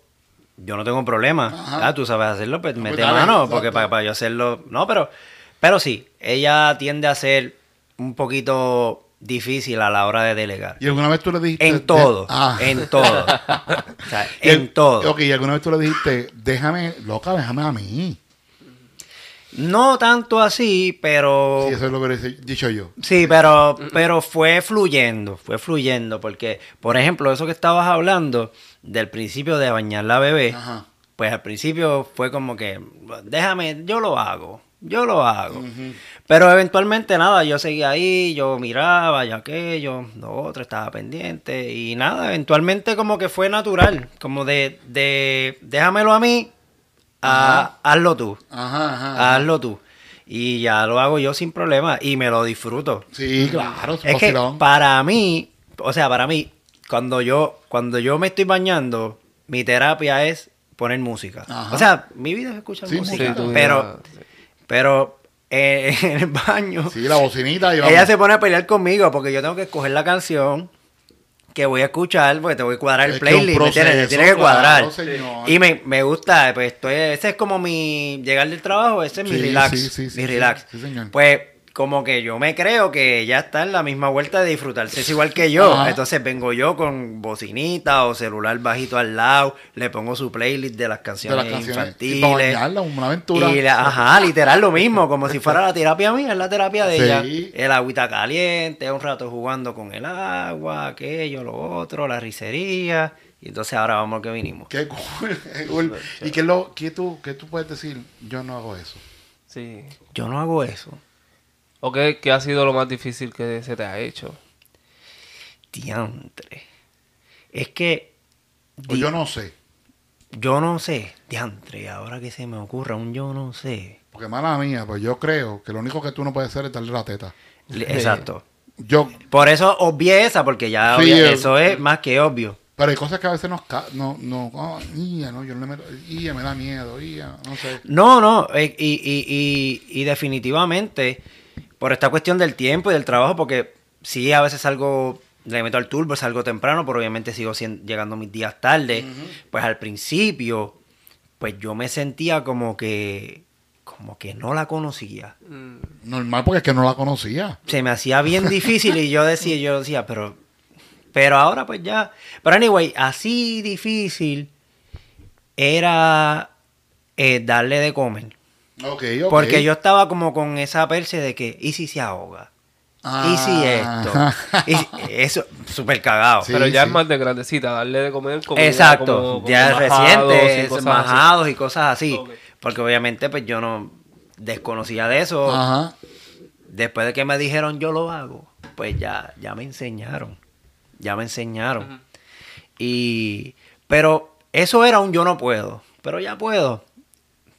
[SPEAKER 3] yo no tengo problema.
[SPEAKER 2] Ajá.
[SPEAKER 3] Ah, tú sabes hacerlo, pues
[SPEAKER 2] pues
[SPEAKER 3] mete
[SPEAKER 2] dale,
[SPEAKER 3] mano,
[SPEAKER 2] exacto.
[SPEAKER 3] porque para, para yo hacerlo, no, pero pero sí, ella tiende a ser un poquito difícil a la hora de delegar.
[SPEAKER 2] ¿Y alguna vez tú le dijiste... de-
[SPEAKER 3] En todo,
[SPEAKER 2] Ah.
[SPEAKER 3] en
[SPEAKER 2] *laughs*
[SPEAKER 3] todo. O sea,
[SPEAKER 2] Y el-
[SPEAKER 3] en todo.
[SPEAKER 2] Ok, ¿y alguna vez tú le dijiste, déjame, loca, déjame a mí?
[SPEAKER 3] No tanto así, pero
[SPEAKER 2] Sí, eso es lo que hubiese dicho yo.
[SPEAKER 3] Sí, pero,
[SPEAKER 2] Mm,
[SPEAKER 3] pero fue fluyendo, fue fluyendo, porque, por ejemplo, eso que estabas hablando del principio de bañar la bebé,
[SPEAKER 2] Ajá.
[SPEAKER 3] pues al principio fue como que, déjame, yo lo hago, yo lo hago. Pero eventualmente nada, yo seguía ahí, yo miraba, yo aquello, lo otro, estaba pendiente y nada, eventualmente como que fue natural, como de, de déjamelo a mí, a, hazlo tú,
[SPEAKER 2] Ajá, ajá.
[SPEAKER 3] hazlo tú. Y ya lo hago yo sin problema y me lo disfruto.
[SPEAKER 2] Sí, claro,
[SPEAKER 3] Es que
[SPEAKER 2] vacilón.
[SPEAKER 3] para mí, o sea, para mí, cuando yo, cuando yo me estoy bañando, mi terapia es poner música.
[SPEAKER 2] Ajá.
[SPEAKER 3] O sea, mi vida es escuchar
[SPEAKER 2] Sí,
[SPEAKER 3] música.
[SPEAKER 2] música. Sí, tu
[SPEAKER 3] pero, pero eh, *laughs* en el baño,
[SPEAKER 2] Sí, la bocinita y vamos.
[SPEAKER 3] ella se pone a pelear conmigo porque yo tengo que escoger la canción que voy a escuchar, porque te voy a cuadrar el
[SPEAKER 2] Es que un
[SPEAKER 3] playlist, me tienes, me
[SPEAKER 2] proceso,
[SPEAKER 3] tienes que cuadrar.
[SPEAKER 2] claro, señor.
[SPEAKER 3] y me, me gusta, pues estoy, ese es como mi llegar del trabajo, ese es mi
[SPEAKER 2] Sí,
[SPEAKER 3] relax.
[SPEAKER 2] sí, sí, sí,
[SPEAKER 3] mi
[SPEAKER 2] sí,
[SPEAKER 3] relax.
[SPEAKER 2] sí, señor.
[SPEAKER 3] Pues como que yo me creo que ya está en la misma vuelta de disfrutarse, es igual que yo.
[SPEAKER 2] Ajá.
[SPEAKER 3] Entonces vengo yo con bocinita o celular bajito al lado, le pongo su playlist de las
[SPEAKER 2] de
[SPEAKER 3] canciones,
[SPEAKER 2] las canciones. Y para
[SPEAKER 3] infantiles.
[SPEAKER 2] bañarla, una aventura.
[SPEAKER 3] Y la- ajá, literal lo mismo, como si fuera la terapia mía, es la terapia de
[SPEAKER 2] Sí.
[SPEAKER 3] ella. El agüita caliente, un rato jugando con el agua, aquello, lo otro, la risería. Y entonces ahora vamos a lo que vinimos.
[SPEAKER 2] Qué cool, *laughs* qué cool. ¿Y qué, es lo, qué, tú, qué tú puedes decir? Yo no hago eso.
[SPEAKER 1] Sí.
[SPEAKER 3] Yo no hago eso.
[SPEAKER 1] ¿O qué, qué ha sido lo más difícil que se te ha hecho?
[SPEAKER 3] Diantre. Es que
[SPEAKER 2] O yo no sé.
[SPEAKER 3] yo no sé, diantre, ahora que se me ocurra un yo no sé.
[SPEAKER 2] Porque mala mía, pues yo creo que lo único que tú no puedes hacer es darle la teta.
[SPEAKER 3] Le- Exacto.
[SPEAKER 2] Yo,
[SPEAKER 3] Por eso obvié esa, porque ya
[SPEAKER 2] Sí,
[SPEAKER 3] obvia-
[SPEAKER 2] eh.
[SPEAKER 3] eso es más que obvio.
[SPEAKER 2] pero hay cosas que a veces nos... ca- No, no, oh, ia, no, yo no le meto... ia, me da miedo, ia, no sé.
[SPEAKER 3] No, no, eh, y, y- y- y definitivamente, por esta cuestión del tiempo y del trabajo, porque sí, a veces salgo, le meto al turbo, salgo temprano, pero obviamente sigo sien- llegando mis días tarde. Pues al principio, pues yo me sentía como que, como que no la conocía.
[SPEAKER 1] Mm,
[SPEAKER 2] Normal porque es que no la conocía.
[SPEAKER 3] Se me hacía bien difícil y yo decía, yo decía, pero, pero ahora pues ya. Pero anyway, así difícil era eh, darle de comer.
[SPEAKER 2] Ok, ok.
[SPEAKER 3] Porque yo estaba como con esa perse de que, ¿y si se ahoga? ¿Y si
[SPEAKER 2] Ah. *laughs*
[SPEAKER 3] esto? ¿Y si- eso, súper cagado.
[SPEAKER 2] Sí,
[SPEAKER 1] pero ya
[SPEAKER 2] sí.
[SPEAKER 1] es más de grandecita, darle de comer comida
[SPEAKER 3] Exacto,
[SPEAKER 1] como- como
[SPEAKER 3] ya
[SPEAKER 1] majados y
[SPEAKER 3] recientes,
[SPEAKER 1] cosas así.
[SPEAKER 3] majados y cosas así.
[SPEAKER 1] Ok.
[SPEAKER 3] Porque obviamente pues yo no desconocía de eso.
[SPEAKER 1] Ah.
[SPEAKER 2] Ajá.
[SPEAKER 3] Después de que me dijeron yo lo hago, pues ya, ya me enseñaron. Ya me enseñaron. Y, pero eso era un yo no puedo. Pero ya puedo.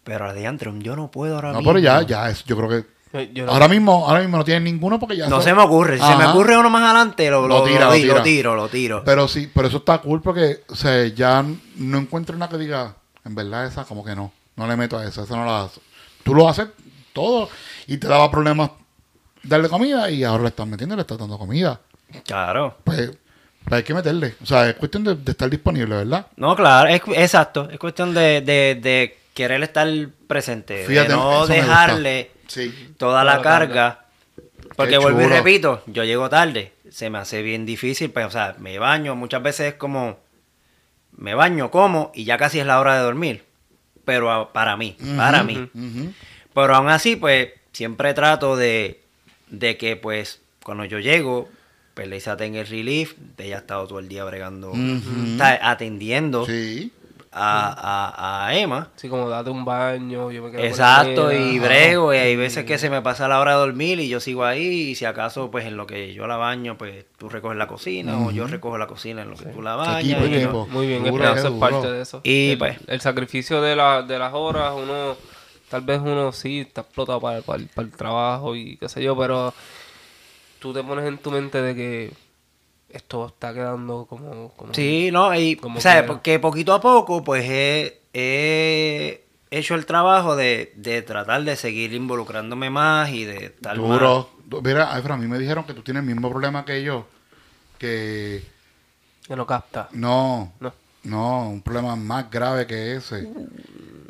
[SPEAKER 3] Pero adiante, un yo no puedo ahora
[SPEAKER 2] No,
[SPEAKER 3] mismo.
[SPEAKER 2] pero ya, ya, es, yo creo que...
[SPEAKER 1] Yo- yo no-
[SPEAKER 2] Ahora mismo, ahora mismo no tienen ninguno porque ya...
[SPEAKER 3] No
[SPEAKER 2] son-
[SPEAKER 3] se me ocurre. Si se me
[SPEAKER 2] Ajá.
[SPEAKER 3] ocurre uno más adelante, lo,
[SPEAKER 2] Lo
[SPEAKER 3] lo-
[SPEAKER 2] tira,
[SPEAKER 3] lo
[SPEAKER 2] lo
[SPEAKER 3] di- lo
[SPEAKER 2] tira.
[SPEAKER 3] tiro, lo tiro.
[SPEAKER 2] Pero sí, pero eso está cool porque o sea, ya n- no encuentro una que diga, en verdad esa como que no, no le meto a esa, esa no la hago. Tú lo haces todo y te daba problemas darle comida y ahora le estás metiendo, le estás dando comida.
[SPEAKER 3] Claro.
[SPEAKER 2] Pues, pues hay que meterle. O sea, es cuestión de, de estar disponible, ¿verdad?
[SPEAKER 3] No, claro, es, cu- exacto. Es cuestión de, de- de querer estar presente,
[SPEAKER 2] Fíjate,
[SPEAKER 3] de no
[SPEAKER 2] eso me gusta.
[SPEAKER 3] dejarle
[SPEAKER 2] Sí.
[SPEAKER 3] toda la
[SPEAKER 1] la
[SPEAKER 3] carga. Porque
[SPEAKER 2] Qué
[SPEAKER 3] vuelvo y
[SPEAKER 2] chulo.
[SPEAKER 3] repito, yo llego tarde, se me hace bien difícil, pues, o sea, me baño, muchas veces es como, me baño, como, y ya casi es la hora de dormir. Pero a- para mí, para mí.
[SPEAKER 2] Ujú.
[SPEAKER 3] Pero aún así, pues, siempre trato de, de que, pues, cuando yo llego, pues, Leisa tenga el relief, ella ha estado todo el día bregando,
[SPEAKER 2] Ujú.
[SPEAKER 3] está atendiendo
[SPEAKER 2] Sí.
[SPEAKER 3] a, a- a Emma.
[SPEAKER 1] Sí, como date un baño, yo me quedo con la
[SPEAKER 3] Exacto,
[SPEAKER 1] nena.
[SPEAKER 3] y
[SPEAKER 1] Ajá.
[SPEAKER 3] brego, y hay veces que se me pasa la hora de dormir y yo sigo ahí, y si acaso, pues, en lo que yo la baño, pues, tú recoges la cocina, o yo recojo la cocina en lo que tú la bañas.
[SPEAKER 2] Equipo,
[SPEAKER 3] y no-
[SPEAKER 2] equipo.
[SPEAKER 1] Muy bien,
[SPEAKER 2] Duro,
[SPEAKER 1] Esperanza
[SPEAKER 2] qué
[SPEAKER 1] es
[SPEAKER 2] duro.
[SPEAKER 1] parte de eso.
[SPEAKER 3] Y,
[SPEAKER 1] el,
[SPEAKER 3] pues.
[SPEAKER 1] el sacrificio de, la, de las horas, uno, tal vez uno sí está explotado para, para- para el trabajo y qué sé yo, pero tú te pones en tu mente de que esto está quedando como... como
[SPEAKER 3] Sí, no, y
[SPEAKER 1] Como
[SPEAKER 3] o sea,
[SPEAKER 1] quiera.
[SPEAKER 3] porque poquito a poco, pues he, he hecho el trabajo de, de tratar de seguir involucrándome más y de estar más-
[SPEAKER 2] Duro. Ah, Du- Mira, ay, pero a mí me dijeron que tú tienes el mismo problema que yo, que
[SPEAKER 1] Que no capta.
[SPEAKER 2] no,
[SPEAKER 1] No.
[SPEAKER 2] No, un problema más grave que ese.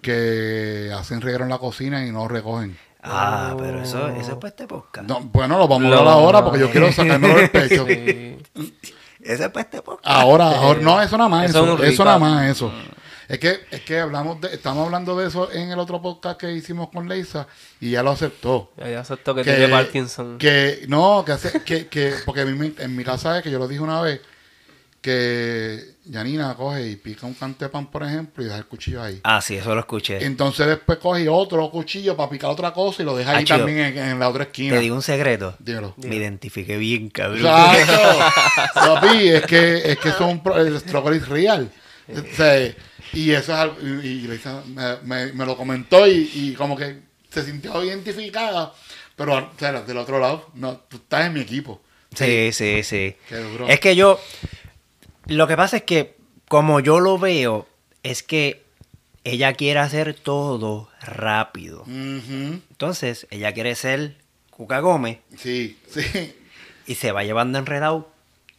[SPEAKER 2] Que hacen reguero en la cocina y no recogen.
[SPEAKER 3] Ah, pero eso, eso es para este podcast.
[SPEAKER 2] No, bueno, lo vamos a
[SPEAKER 1] Lo-
[SPEAKER 2] hablar ahora porque yo quiero sacármelo del pecho.
[SPEAKER 1] *laughs* Sí.
[SPEAKER 3] Eso es para este podcast.
[SPEAKER 2] Ahora,
[SPEAKER 1] *laughs*
[SPEAKER 2] ahora, no, eso nada más,
[SPEAKER 1] Eso
[SPEAKER 2] eso,
[SPEAKER 1] es un
[SPEAKER 2] eso,
[SPEAKER 1] ritual.
[SPEAKER 2] nada más, eso. Es que, es que hablamos de, estamos hablando de eso en el otro podcast que hicimos con Leisa y ya lo aceptó.
[SPEAKER 1] Ya, ya acepto que, tiene Parkinson.
[SPEAKER 2] Que, no, que hace, que, que, porque a mí me- en mi casa es que yo lo dije una vez, que Yanina coge y pica un canto de pan, por ejemplo, y deja el cuchillo ahí.
[SPEAKER 3] Ah, sí, eso lo escuché.
[SPEAKER 2] Entonces después coge otro cuchillo para picar otra cosa y lo deja ahí
[SPEAKER 3] Acho.
[SPEAKER 2] también en, en la otra esquina.
[SPEAKER 3] Te digo un secreto.
[SPEAKER 2] Dímelo.
[SPEAKER 3] Me identifiqué bien, cabrón.
[SPEAKER 2] Ah,
[SPEAKER 3] *laughs*
[SPEAKER 2] Exacto. Papi, es que, es que eso es un pro- el struggle is real. O sea, y eso es algo, y, y Lisa me, me- me lo comentó y, y como que se sintió identificada, pero o sea, del otro lado, no, tú estás en mi equipo.
[SPEAKER 3] Sí, sí, sí.
[SPEAKER 2] Qué duro.
[SPEAKER 3] Es que yo. Lo que pasa es que, como yo lo veo, es que ella quiere hacer todo rápido.
[SPEAKER 2] Ujú.
[SPEAKER 3] Entonces, ella quiere ser Cuca Gómez
[SPEAKER 2] Sí, sí.
[SPEAKER 3] y se va llevando enredado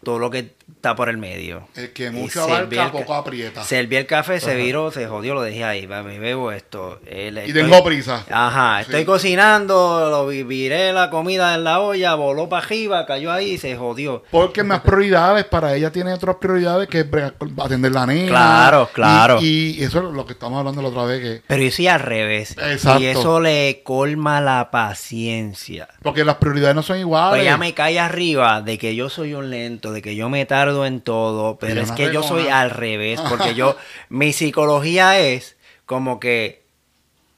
[SPEAKER 3] todo lo que está por el medio.
[SPEAKER 2] El que
[SPEAKER 3] Y
[SPEAKER 2] mucho
[SPEAKER 3] serví
[SPEAKER 2] abarca,
[SPEAKER 3] el ca-
[SPEAKER 2] poco aprieta.
[SPEAKER 3] Serví el café, se viró, se jodió, lo dejé ahí. Me bebo esto. eh, le
[SPEAKER 2] Y
[SPEAKER 3] estoy-
[SPEAKER 2] tengo prisa.
[SPEAKER 3] Ajá,
[SPEAKER 2] Sí.
[SPEAKER 3] estoy cocinando, lo vi- viré la comida en la olla, voló para arriba, cayó ahí y se jodió.
[SPEAKER 2] Porque más prioridades, para ella tiene otras prioridades que es bregar con- atender la nena.
[SPEAKER 3] Claro, claro.
[SPEAKER 2] Y, y eso es lo que estamos hablando la otra vez, que
[SPEAKER 3] Pero yo sí al revés.
[SPEAKER 2] Exacto.
[SPEAKER 3] Y eso le colma la paciencia.
[SPEAKER 2] porque las prioridades no son
[SPEAKER 3] Pues
[SPEAKER 2] iguales.
[SPEAKER 3] ella me cae arriba de que yo soy un lento, de que yo me tardo en todo,
[SPEAKER 2] Y
[SPEAKER 3] pero
[SPEAKER 2] yo
[SPEAKER 3] es
[SPEAKER 2] una
[SPEAKER 3] que yo
[SPEAKER 2] regona.
[SPEAKER 3] soy al revés,
[SPEAKER 1] *laughs*
[SPEAKER 3] porque yo, mi psicología es como que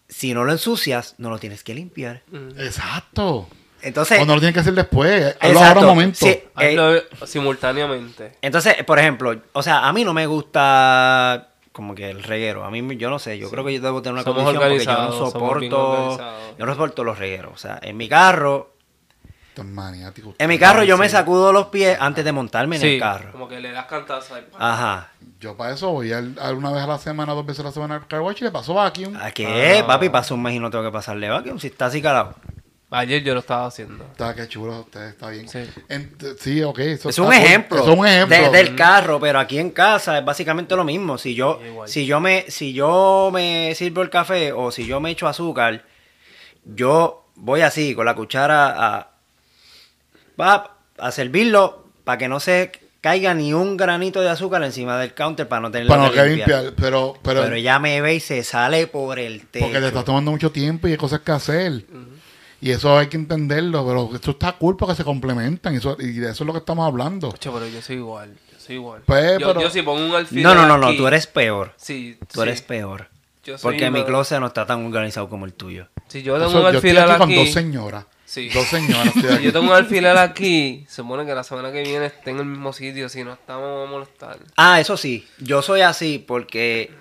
[SPEAKER 3] si no lo ensucias, no lo tienes que limpiar.
[SPEAKER 2] Exacto.
[SPEAKER 3] Entonces,
[SPEAKER 2] o no lo tienen que hacer después.
[SPEAKER 1] eh,
[SPEAKER 2] Hazlo
[SPEAKER 3] Exacto.
[SPEAKER 2] ahora un momento.
[SPEAKER 3] Sí.
[SPEAKER 1] Hazlo
[SPEAKER 3] Eh.
[SPEAKER 1] simultáneamente.
[SPEAKER 3] entonces, por ejemplo, o sea, a mí no me gusta como que el reguero. A mí, me- yo no sé, yo creo que yo debo tener una
[SPEAKER 1] Somos
[SPEAKER 3] condición porque yo no
[SPEAKER 1] organizados, somos bien
[SPEAKER 3] soporto,
[SPEAKER 1] organizados.
[SPEAKER 3] yo no soporto los regueros. O sea, en mi carro,
[SPEAKER 2] Tan maniático.
[SPEAKER 3] En mi carro yo me
[SPEAKER 1] Sí.
[SPEAKER 3] sacudo los pies antes de montarme en
[SPEAKER 1] Sí,
[SPEAKER 3] el carro.
[SPEAKER 1] como que le das cantazo ahí.
[SPEAKER 3] Ajá.
[SPEAKER 2] Yo para eso voy al- a una vez a la semana, dos veces a la semana al car wash y le paso vacuum.
[SPEAKER 3] ¿A qué?
[SPEAKER 1] Ah.
[SPEAKER 3] Papi, pasó un mes y no tengo que pasarle vacuum si está así calado.
[SPEAKER 1] Ayer yo lo estaba haciendo.
[SPEAKER 2] Está que chulo, usted está bien.
[SPEAKER 1] Sí.
[SPEAKER 2] En- sí, ok. eso
[SPEAKER 3] Es
[SPEAKER 2] está
[SPEAKER 3] un
[SPEAKER 2] cool.
[SPEAKER 3] ejemplo.
[SPEAKER 2] Eso es un ejemplo.
[SPEAKER 3] de- del carro, pero aquí en casa es básicamente lo mismo. Si yo,
[SPEAKER 1] Igual.
[SPEAKER 3] si yo me, si yo me sirvo el café o si yo me echo azúcar, yo voy así, con la cuchara a, pap, a servirlo para que no se caiga ni un granito de azúcar encima del counter para no tener
[SPEAKER 2] para no que limpiar. Pero, pero,
[SPEAKER 3] Pero, ya me ve y se sale por el techo.
[SPEAKER 2] porque te estás tomando mucho tiempo y hay cosas que hacer. Y eso hay que entenderlo. Pero esto está cool porque se complementan. y eso- y de eso es lo que estamos hablando.
[SPEAKER 1] Ocho, pero yo soy igual. Yo soy igual.
[SPEAKER 2] Pues,
[SPEAKER 1] yo,
[SPEAKER 2] pero-
[SPEAKER 1] yo si pongo un alfiler.
[SPEAKER 3] No, no, no, no,
[SPEAKER 1] aquí-
[SPEAKER 3] tú eres peor.
[SPEAKER 1] Sí,
[SPEAKER 3] Tú
[SPEAKER 1] sí.
[SPEAKER 3] eres peor.
[SPEAKER 1] Yo soy
[SPEAKER 3] Porque mi
[SPEAKER 1] uno-
[SPEAKER 3] closet no está tan organizado como el tuyo.
[SPEAKER 1] Si yo tengo
[SPEAKER 2] Eso-
[SPEAKER 1] un
[SPEAKER 2] yo estoy
[SPEAKER 1] alfiler
[SPEAKER 2] aquí
[SPEAKER 1] aquí.
[SPEAKER 2] con dos señoras.
[SPEAKER 1] Sí. *laughs*
[SPEAKER 2] Dos señoras. estoy
[SPEAKER 1] Si
[SPEAKER 2] aquí.
[SPEAKER 1] yo tengo un alfiler aquí, se supone que la semana que viene esté en el mismo sitio. Si no estamos, vamos a molestar.
[SPEAKER 3] Ah, eso sí, yo soy así porque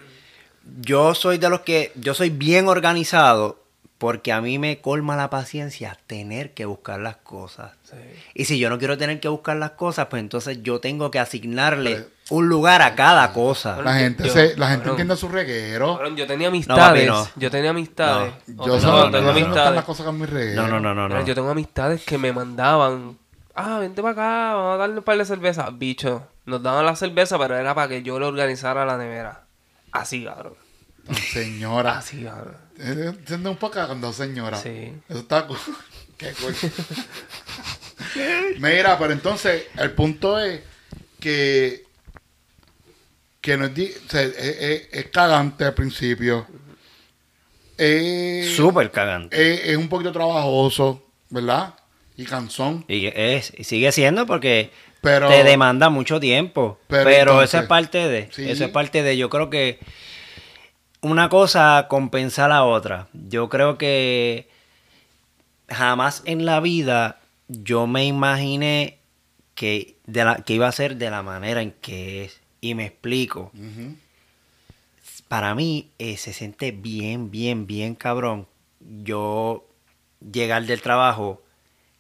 [SPEAKER 3] yo soy de los que, yo soy bien organizado porque a mí me colma la paciencia tener que buscar las cosas.
[SPEAKER 1] Sí.
[SPEAKER 3] Y si yo no quiero tener que buscar las cosas, pues entonces yo tengo que asignarle
[SPEAKER 2] Pero- eh,
[SPEAKER 3] un lugar a cada cosa.
[SPEAKER 2] La gente,
[SPEAKER 1] Yo-
[SPEAKER 2] se, la gente
[SPEAKER 1] cabrón.
[SPEAKER 2] entiende su reguero.
[SPEAKER 1] Cabrón, yo tenía amistades.
[SPEAKER 3] papi, no.
[SPEAKER 1] Yo tenía amistades.
[SPEAKER 2] Yo
[SPEAKER 1] O
[SPEAKER 2] no,
[SPEAKER 1] tengo-
[SPEAKER 2] no,
[SPEAKER 1] tengo
[SPEAKER 2] no, no están
[SPEAKER 1] amistades.
[SPEAKER 2] las cosas con mi reguero.
[SPEAKER 3] No, no, no, no,
[SPEAKER 1] Mira,
[SPEAKER 3] no.
[SPEAKER 1] Yo tengo amistades que me mandaban. Ah, vente para acá, vamos a darle un par de cervezas. Bicho, nos daban la cerveza, pero era para que yo le organizara la nevera. Así, cabrón.
[SPEAKER 2] Tan
[SPEAKER 3] *laughs*
[SPEAKER 2] Señora.
[SPEAKER 1] Así, cabrón.
[SPEAKER 2] Entiende un poco con dos señoras.
[SPEAKER 1] Sí.
[SPEAKER 2] Eso está cool. *laughs* Qué cool. Mira, pero entonces, el punto es que. Que no es, di- o sea, es, es- es cagante al principio. Es,
[SPEAKER 3] Súper cagante.
[SPEAKER 2] es, es un poquito trabajoso, ¿verdad? Y cansón.
[SPEAKER 3] Y es, y sigue siendo porque
[SPEAKER 2] Pero.
[SPEAKER 3] te demanda mucho tiempo.
[SPEAKER 2] Pero
[SPEAKER 3] Pero,
[SPEAKER 2] entonces-
[SPEAKER 3] eso es parte de.
[SPEAKER 2] Sí.
[SPEAKER 3] Eso es parte de. Yo creo que una cosa compensa la otra. Yo creo que jamás en la vida yo me imaginé que, de la, que iba a ser de la manera en que es. Y me explico.
[SPEAKER 2] Ujú.
[SPEAKER 3] Para mí eh, se siente bien, bien, bien cabrón. Yo llegar del trabajo,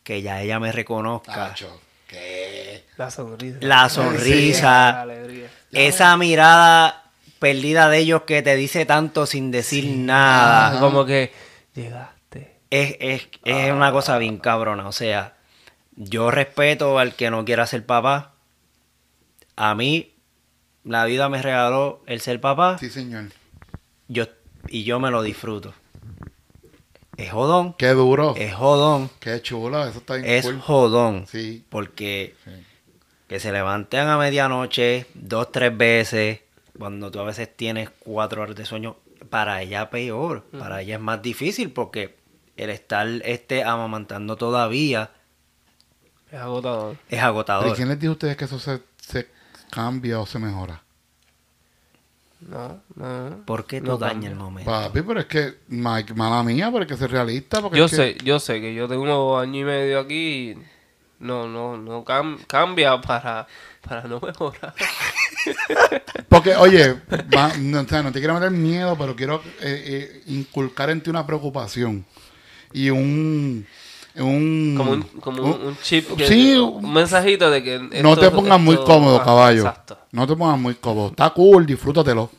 [SPEAKER 3] que ya ella me reconozca.
[SPEAKER 2] Tacho, ¿qué?
[SPEAKER 1] La sonrisa.
[SPEAKER 3] La sonrisa.
[SPEAKER 1] La alegría.
[SPEAKER 3] Esa mirada perdida de ellos que te dice tanto sin decir nada.
[SPEAKER 2] Ajá.
[SPEAKER 1] Ah, Como que llegaste.
[SPEAKER 3] Es, es- es una cosa bien cabrona. O sea, yo respeto al que no quiera ser papá. A mí, la vida me regaló el ser papá.
[SPEAKER 2] Sí, señor.
[SPEAKER 3] Yo, y yo me lo disfruto. Es jodón.
[SPEAKER 2] Qué duro.
[SPEAKER 3] Es jodón.
[SPEAKER 2] Qué chulo. Eso está bien
[SPEAKER 3] Es
[SPEAKER 2] cool.
[SPEAKER 3] jodón.
[SPEAKER 2] Sí.
[SPEAKER 3] Porque
[SPEAKER 2] Sí.
[SPEAKER 3] que se levanten a medianoche dos, tres veces, cuando tú a veces tienes cuatro horas de sueño, para ella peor, para ella es más difícil porque el estar este, amamantando todavía
[SPEAKER 1] Es agotador.
[SPEAKER 3] es
[SPEAKER 2] ¿Pero
[SPEAKER 3] agotador.
[SPEAKER 2] quién les dijo a ustedes que eso se, se cambia o se mejora?
[SPEAKER 1] No, no.
[SPEAKER 3] ¿Por qué tú
[SPEAKER 1] No
[SPEAKER 3] dañas
[SPEAKER 1] cambia.
[SPEAKER 3] el momento?
[SPEAKER 2] Papi, pero es que, Mike, mala mía, pero hay que ser realista. Porque
[SPEAKER 1] Yo
[SPEAKER 2] es que-
[SPEAKER 1] sé, yo sé que yo tengo año y medio aquí y no, no, no cam- cambia para, para no mejorar.
[SPEAKER 2] Porque, oye, va- no, o sea, no te quiero meter miedo, pero quiero eh, eh, inculcar en ti una preocupación y un. un
[SPEAKER 1] Como un, como un, un chip, que-
[SPEAKER 2] Mm. sí,
[SPEAKER 1] un mensajito de que...
[SPEAKER 2] no
[SPEAKER 1] esto-
[SPEAKER 2] te pongas muy
[SPEAKER 1] esto-
[SPEAKER 2] cómodo,
[SPEAKER 1] ah,
[SPEAKER 2] caballo.
[SPEAKER 1] Exacto.
[SPEAKER 2] No te pongas muy cómodo. Está cool, disfrútatelo.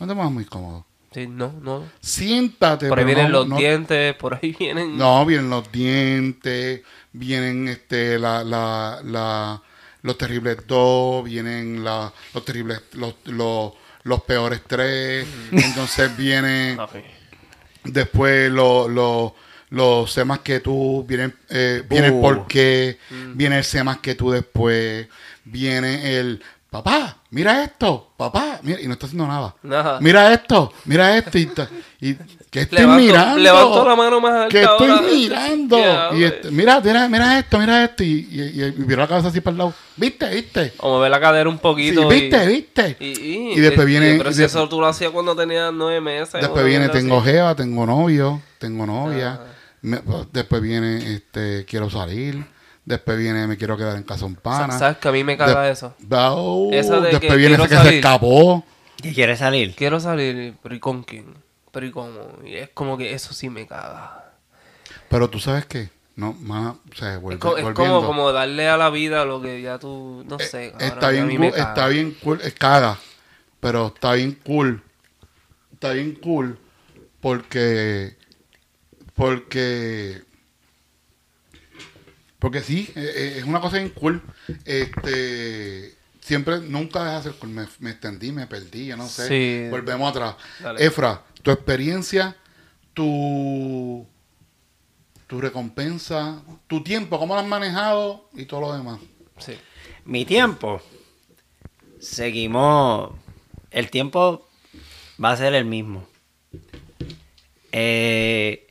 [SPEAKER 2] No te pongas muy cómodo.
[SPEAKER 1] Sí, no, no.
[SPEAKER 2] Siéntate.
[SPEAKER 1] Por ahí
[SPEAKER 2] pero
[SPEAKER 1] vienen
[SPEAKER 2] no-
[SPEAKER 1] los
[SPEAKER 2] no-
[SPEAKER 1] dientes, por ahí vienen...
[SPEAKER 2] No, vienen los dientes, vienen este, la, la, la, los terribles dos, vienen la, los terribles, los, los, los peores tres. Entonces
[SPEAKER 1] *laughs*
[SPEAKER 2] vienen
[SPEAKER 1] Ok.
[SPEAKER 2] después los, los, los sé más que tú, vienen, eh, viene el
[SPEAKER 3] Uh.
[SPEAKER 2] por qué, viene el sé más que tú después, viene el papá, mira esto, papá, mira, y no está haciendo nada.
[SPEAKER 1] *laughs* Nada.
[SPEAKER 2] Mira esto, mira esto, y, ta- y que estoy
[SPEAKER 1] Levanto-
[SPEAKER 2] mirando.
[SPEAKER 1] levanto la mano más alta
[SPEAKER 2] Que estoy
[SPEAKER 1] ahora.
[SPEAKER 2] mirando.
[SPEAKER 1] Ya,
[SPEAKER 2] y este, mira, mira, mira esto, mira esto. Y, y, y- y miró la cabeza así para el lado. ¿Viste? ¿Viste?
[SPEAKER 1] O mover la cadera un
[SPEAKER 2] Sí,
[SPEAKER 1] poquito. y-
[SPEAKER 2] ¿Viste? ¿Viste?
[SPEAKER 1] Y,
[SPEAKER 2] Y después viene-
[SPEAKER 1] Pero
[SPEAKER 2] y
[SPEAKER 1] si
[SPEAKER 2] de-
[SPEAKER 1] eso tú lo hacías cuando tenías nueve meses.
[SPEAKER 2] Después
[SPEAKER 1] una
[SPEAKER 2] viene,
[SPEAKER 1] mierda
[SPEAKER 2] tengo
[SPEAKER 1] así.
[SPEAKER 2] jeva, tengo novio, tengo novia.
[SPEAKER 1] Ah.
[SPEAKER 2] Me- pues, después viene, este, quiero salir. Después viene, me quiero quedar en casa un pana.
[SPEAKER 1] Sa- ¿Sabes que a mí me caga
[SPEAKER 2] Des-
[SPEAKER 1] eso?
[SPEAKER 2] Va- oh,
[SPEAKER 1] Esa de
[SPEAKER 2] después
[SPEAKER 1] que
[SPEAKER 2] viene
[SPEAKER 1] quiero
[SPEAKER 2] ese que se
[SPEAKER 1] salir.
[SPEAKER 2] escapó.
[SPEAKER 3] ¿Y quieres salir?
[SPEAKER 1] Quiero salir, pero ¿y con quién? Pero ¿y cómo? Y es como que eso sí me caga.
[SPEAKER 2] Pero tú sabes qué. No, más, o sea,
[SPEAKER 1] Es,
[SPEAKER 2] volvi-
[SPEAKER 1] co- es
[SPEAKER 2] volviendo. Eh,
[SPEAKER 1] como, como darle a la vida lo que ya tú, no sé, cabrón,
[SPEAKER 2] está
[SPEAKER 1] a
[SPEAKER 2] bien,
[SPEAKER 1] mí
[SPEAKER 2] cool,
[SPEAKER 1] me caga.
[SPEAKER 2] está bien cool, es caga, pero está bien cool, está bien cool porque, porque, porque sí, eh, eh, es una cosa bien cool, este, siempre, nunca dejas de ser cool, me, me extendí, me perdí, yo no sé,
[SPEAKER 1] Sí.
[SPEAKER 2] volvemos atrás,
[SPEAKER 1] Dale.
[SPEAKER 2] Efra, tu experiencia, tu, tu recompensa, tu tiempo, cómo lo has manejado y todo lo demás.
[SPEAKER 1] Sí.
[SPEAKER 3] Mi tiempo. Seguimos. El tiempo va a ser el mismo. Eh,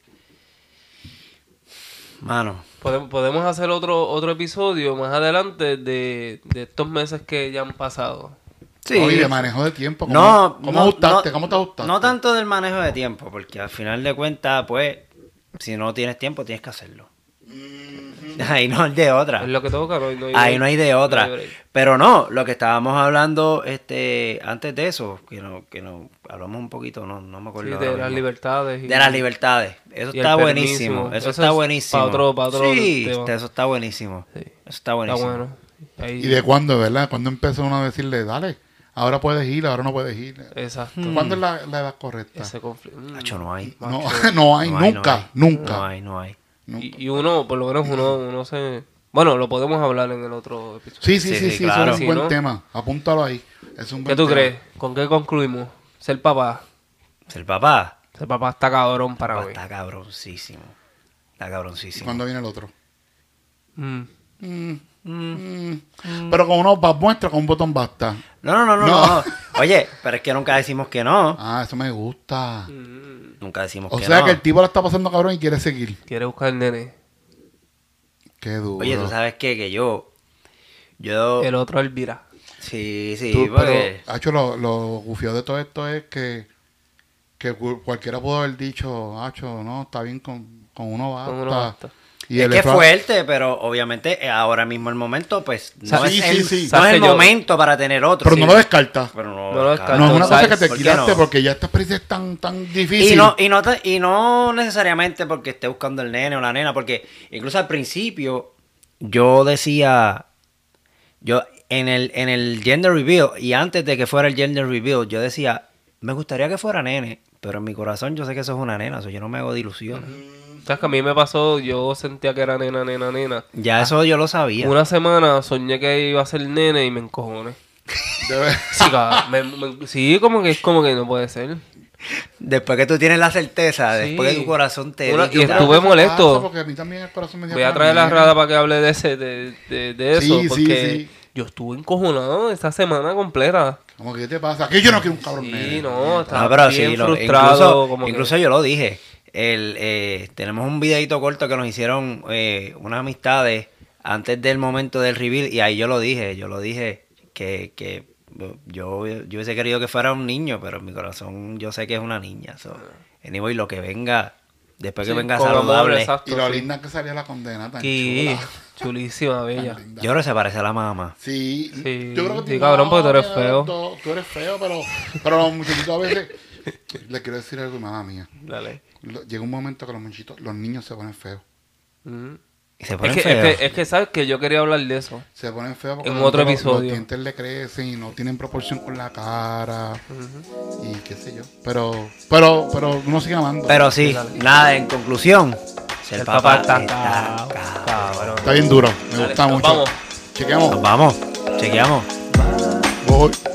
[SPEAKER 3] mano,
[SPEAKER 1] Podem- podemos hacer otro, otro episodio más adelante de, de estos meses que ya han pasado.
[SPEAKER 3] Sí.
[SPEAKER 2] Oye, de manejo de tiempo. ¿Cómo,
[SPEAKER 3] no,
[SPEAKER 2] ¿cómo
[SPEAKER 3] no,
[SPEAKER 2] ajustaste?
[SPEAKER 3] no-
[SPEAKER 2] ¿Cómo te ajustaste?
[SPEAKER 3] No tanto del manejo de tiempo, porque al final de cuentas, pues, si no tienes tiempo, tienes que hacerlo. *laughs* Ahí no es de otra.
[SPEAKER 1] Es lo que toca, no, no hay
[SPEAKER 3] Ahí
[SPEAKER 1] break.
[SPEAKER 3] no hay de otra.
[SPEAKER 1] No hay break.
[SPEAKER 3] Pero no, lo que estábamos hablando este antes de eso, que no, que no hablamos un poquito, no, no me
[SPEAKER 1] Sí,
[SPEAKER 3] acuerdo. ahora
[SPEAKER 1] de las
[SPEAKER 3] mismo.
[SPEAKER 1] libertades. y-
[SPEAKER 3] De las libertades. Eso
[SPEAKER 1] Y el
[SPEAKER 3] está
[SPEAKER 1] permiso.
[SPEAKER 3] buenísimo. Eso,
[SPEAKER 1] Eso
[SPEAKER 3] está
[SPEAKER 1] es
[SPEAKER 3] buenísimo.
[SPEAKER 1] pa' otro- pa' otro
[SPEAKER 3] sí,
[SPEAKER 1] tema.
[SPEAKER 3] eso está buenísimo.
[SPEAKER 1] Sí.
[SPEAKER 3] Eso está
[SPEAKER 1] Está
[SPEAKER 3] buenísimo.
[SPEAKER 1] bueno. Ahí-
[SPEAKER 2] ¿Y de cuándo, verdad? ¿Cuándo empezó uno a decirle, dale, ahora puedes ir, ahora no puedes ir?
[SPEAKER 1] Exacto.
[SPEAKER 3] Hmm.
[SPEAKER 2] ¿Cuándo es la, la edad correcta?
[SPEAKER 1] Ese conflicto.
[SPEAKER 2] Ah,
[SPEAKER 1] Mm.
[SPEAKER 3] Hacho, no hay.
[SPEAKER 2] No, *laughs* no hay,
[SPEAKER 3] No hay, no
[SPEAKER 2] nunca,
[SPEAKER 3] hay.
[SPEAKER 2] nunca.
[SPEAKER 3] No hay, no hay.
[SPEAKER 2] nunca.
[SPEAKER 1] Y, y uno, por lo menos uno, uno se... Bueno, lo podemos hablar en el otro episodio.
[SPEAKER 2] Sí, sí, sí,
[SPEAKER 3] Sí,
[SPEAKER 2] sí,
[SPEAKER 3] sí,
[SPEAKER 2] eso
[SPEAKER 3] claro.
[SPEAKER 2] es un
[SPEAKER 1] Sí,
[SPEAKER 2] buen
[SPEAKER 1] ¿no?
[SPEAKER 2] tema. Apúntalo ahí. Es un
[SPEAKER 1] ¿Qué
[SPEAKER 2] buen
[SPEAKER 1] tú
[SPEAKER 2] tema.
[SPEAKER 1] crees? ¿Con qué concluimos? Ser papá.
[SPEAKER 3] El papá
[SPEAKER 1] Ser papá está cabrón para
[SPEAKER 3] papá
[SPEAKER 1] mí.
[SPEAKER 3] Pues está cabroncísimo. Está
[SPEAKER 2] ¿Y
[SPEAKER 3] cabroncísimo.
[SPEAKER 2] cuándo viene el otro?
[SPEAKER 1] Mm.
[SPEAKER 2] Mm, mm. Pero con unos pas muestras, con un botón basta.
[SPEAKER 3] No, no, no, no,
[SPEAKER 2] No.
[SPEAKER 3] no. Oye, pero es que nunca decimos que no.
[SPEAKER 2] Ah, eso me gusta.
[SPEAKER 3] Nunca decimos
[SPEAKER 2] O
[SPEAKER 3] que
[SPEAKER 2] sea
[SPEAKER 3] Mm. no.
[SPEAKER 2] que el tipo la está pasando cabrón y quiere seguir.
[SPEAKER 1] Quiere buscar el nene.
[SPEAKER 2] Qué duro.
[SPEAKER 3] Oye, tú sabes qué, que yo. Yo.
[SPEAKER 1] El otro Elvira.
[SPEAKER 3] Sí, sí,
[SPEAKER 2] Tú,
[SPEAKER 3] porque.
[SPEAKER 2] pero, Hacho, lo, lo gufiado de todo esto es que, que cu- cualquiera pudo haber dicho, Hacho, no, está bien con, con uno basta.
[SPEAKER 1] Con uno basta.
[SPEAKER 2] Y
[SPEAKER 3] es
[SPEAKER 2] el
[SPEAKER 3] que es
[SPEAKER 2] Efra-
[SPEAKER 3] fuerte, pero obviamente eh, ahora mismo el momento, pues no
[SPEAKER 2] Sa-
[SPEAKER 3] es
[SPEAKER 2] sí, sí,
[SPEAKER 3] el,
[SPEAKER 2] sí.
[SPEAKER 3] no es
[SPEAKER 1] Sabes
[SPEAKER 3] el
[SPEAKER 1] que yo-
[SPEAKER 3] momento para tener otro.
[SPEAKER 2] Pero
[SPEAKER 3] sí.
[SPEAKER 2] no lo descarta.
[SPEAKER 3] Pero no,
[SPEAKER 1] No lo descarto.
[SPEAKER 2] No, es una
[SPEAKER 1] Entonces,
[SPEAKER 2] cosa que te
[SPEAKER 3] ¿por qué
[SPEAKER 2] quitaste
[SPEAKER 3] no?
[SPEAKER 2] porque ya esta experiencia es tan, tan difícil.
[SPEAKER 3] Y no, y, no te- y no necesariamente porque esté buscando el nene o la nena, porque incluso al principio yo decía, yo en el, en el gender reveal y antes de que fuera el gender reveal, yo decía, me gustaría que fuera nene, pero en mi corazón yo sé que eso es una nena, eso yo no me hago de ilusiones.
[SPEAKER 1] ¿Sabes que a mí me pasó? Yo sentía que era nena, nena, nena.
[SPEAKER 3] Ya eso yo lo sabía.
[SPEAKER 1] Una semana soñé que iba a ser nene y me encojoné. *laughs*
[SPEAKER 2] Debe-
[SPEAKER 1] Sí, cabrón. Me- me- sí, como que es como que no puede ser.
[SPEAKER 3] Después que tú tienes la certeza,
[SPEAKER 1] Sí.
[SPEAKER 3] después que tu corazón te...
[SPEAKER 1] Una-
[SPEAKER 3] diga-
[SPEAKER 1] y
[SPEAKER 2] Yo creo
[SPEAKER 1] estuve
[SPEAKER 2] que eso
[SPEAKER 1] molesto.
[SPEAKER 2] pasa porque a mí también el corazón me dio
[SPEAKER 1] Voy a
[SPEAKER 2] para
[SPEAKER 1] traer la
[SPEAKER 2] mí.
[SPEAKER 1] rada para que hable de ese, de, de- de eso,
[SPEAKER 2] Sí, sí,
[SPEAKER 1] porque
[SPEAKER 2] sí.
[SPEAKER 1] yo estuve encojonado esta semana completa.
[SPEAKER 2] Como que, ¿qué te pasa? Que yo no quiero un cabrón
[SPEAKER 1] Sí,
[SPEAKER 2] nene. Ah,
[SPEAKER 1] no,
[SPEAKER 3] No,
[SPEAKER 1] estaba
[SPEAKER 3] pero
[SPEAKER 1] bien
[SPEAKER 3] sí, lo-
[SPEAKER 1] frustrado.
[SPEAKER 3] incluso,
[SPEAKER 1] como que-
[SPEAKER 3] incluso yo lo dije. El, eh, tenemos un videito corto que nos hicieron eh, unas amistades antes del momento del reveal y ahí yo lo dije, yo lo dije que, que yo, yo hubiese querido que fuera un niño, pero en mi corazón yo sé que es una niña. So. Anyway, lo que venga, después
[SPEAKER 1] Sí,
[SPEAKER 3] que venga
[SPEAKER 1] con amor,
[SPEAKER 3] saludable.
[SPEAKER 1] exacto,
[SPEAKER 2] Y lo
[SPEAKER 1] sí.
[SPEAKER 2] linda que salía la condena tan
[SPEAKER 1] Sí,
[SPEAKER 2] chula.
[SPEAKER 1] chulísima, bella.
[SPEAKER 2] Tan linda.
[SPEAKER 3] Yo creo que se parece a la mamá.
[SPEAKER 2] Sí,
[SPEAKER 1] Sí,
[SPEAKER 2] yo creo que
[SPEAKER 1] sí, cabrón, porque tú eres
[SPEAKER 2] no,
[SPEAKER 1] feo.
[SPEAKER 2] Tú, tú eres feo, pero, pero los muchachitos a veces. Le quiero decir algo, mamá mía.
[SPEAKER 1] Dale.
[SPEAKER 2] Lo- Llega un momento que los muchachitos, los niños se ponen feos.
[SPEAKER 1] Mm.
[SPEAKER 3] Y se
[SPEAKER 1] Es,
[SPEAKER 3] ponen
[SPEAKER 1] que,
[SPEAKER 3] feos.
[SPEAKER 1] es, que, es que, sabes que yo quería hablar de eso.
[SPEAKER 2] Se ponen feos porque
[SPEAKER 1] En
[SPEAKER 2] los-
[SPEAKER 1] otro
[SPEAKER 2] los-
[SPEAKER 1] episodio.
[SPEAKER 2] los dientes le crecen y no tienen proporción con la cara. Y qué sé yo. Pero, pero, pero uno sigue amando.
[SPEAKER 3] Pero sí, nada, en conclusión, ser
[SPEAKER 1] El
[SPEAKER 3] papá
[SPEAKER 1] papá
[SPEAKER 3] está
[SPEAKER 1] está
[SPEAKER 3] cabrón.
[SPEAKER 1] cabrón.
[SPEAKER 2] Está bien duro. Me
[SPEAKER 1] Dale,
[SPEAKER 2] gusta
[SPEAKER 1] nos
[SPEAKER 2] mucho.
[SPEAKER 1] vamos.
[SPEAKER 2] Chequeamos.
[SPEAKER 3] Nos vamos, chequeamos.
[SPEAKER 2] Voy.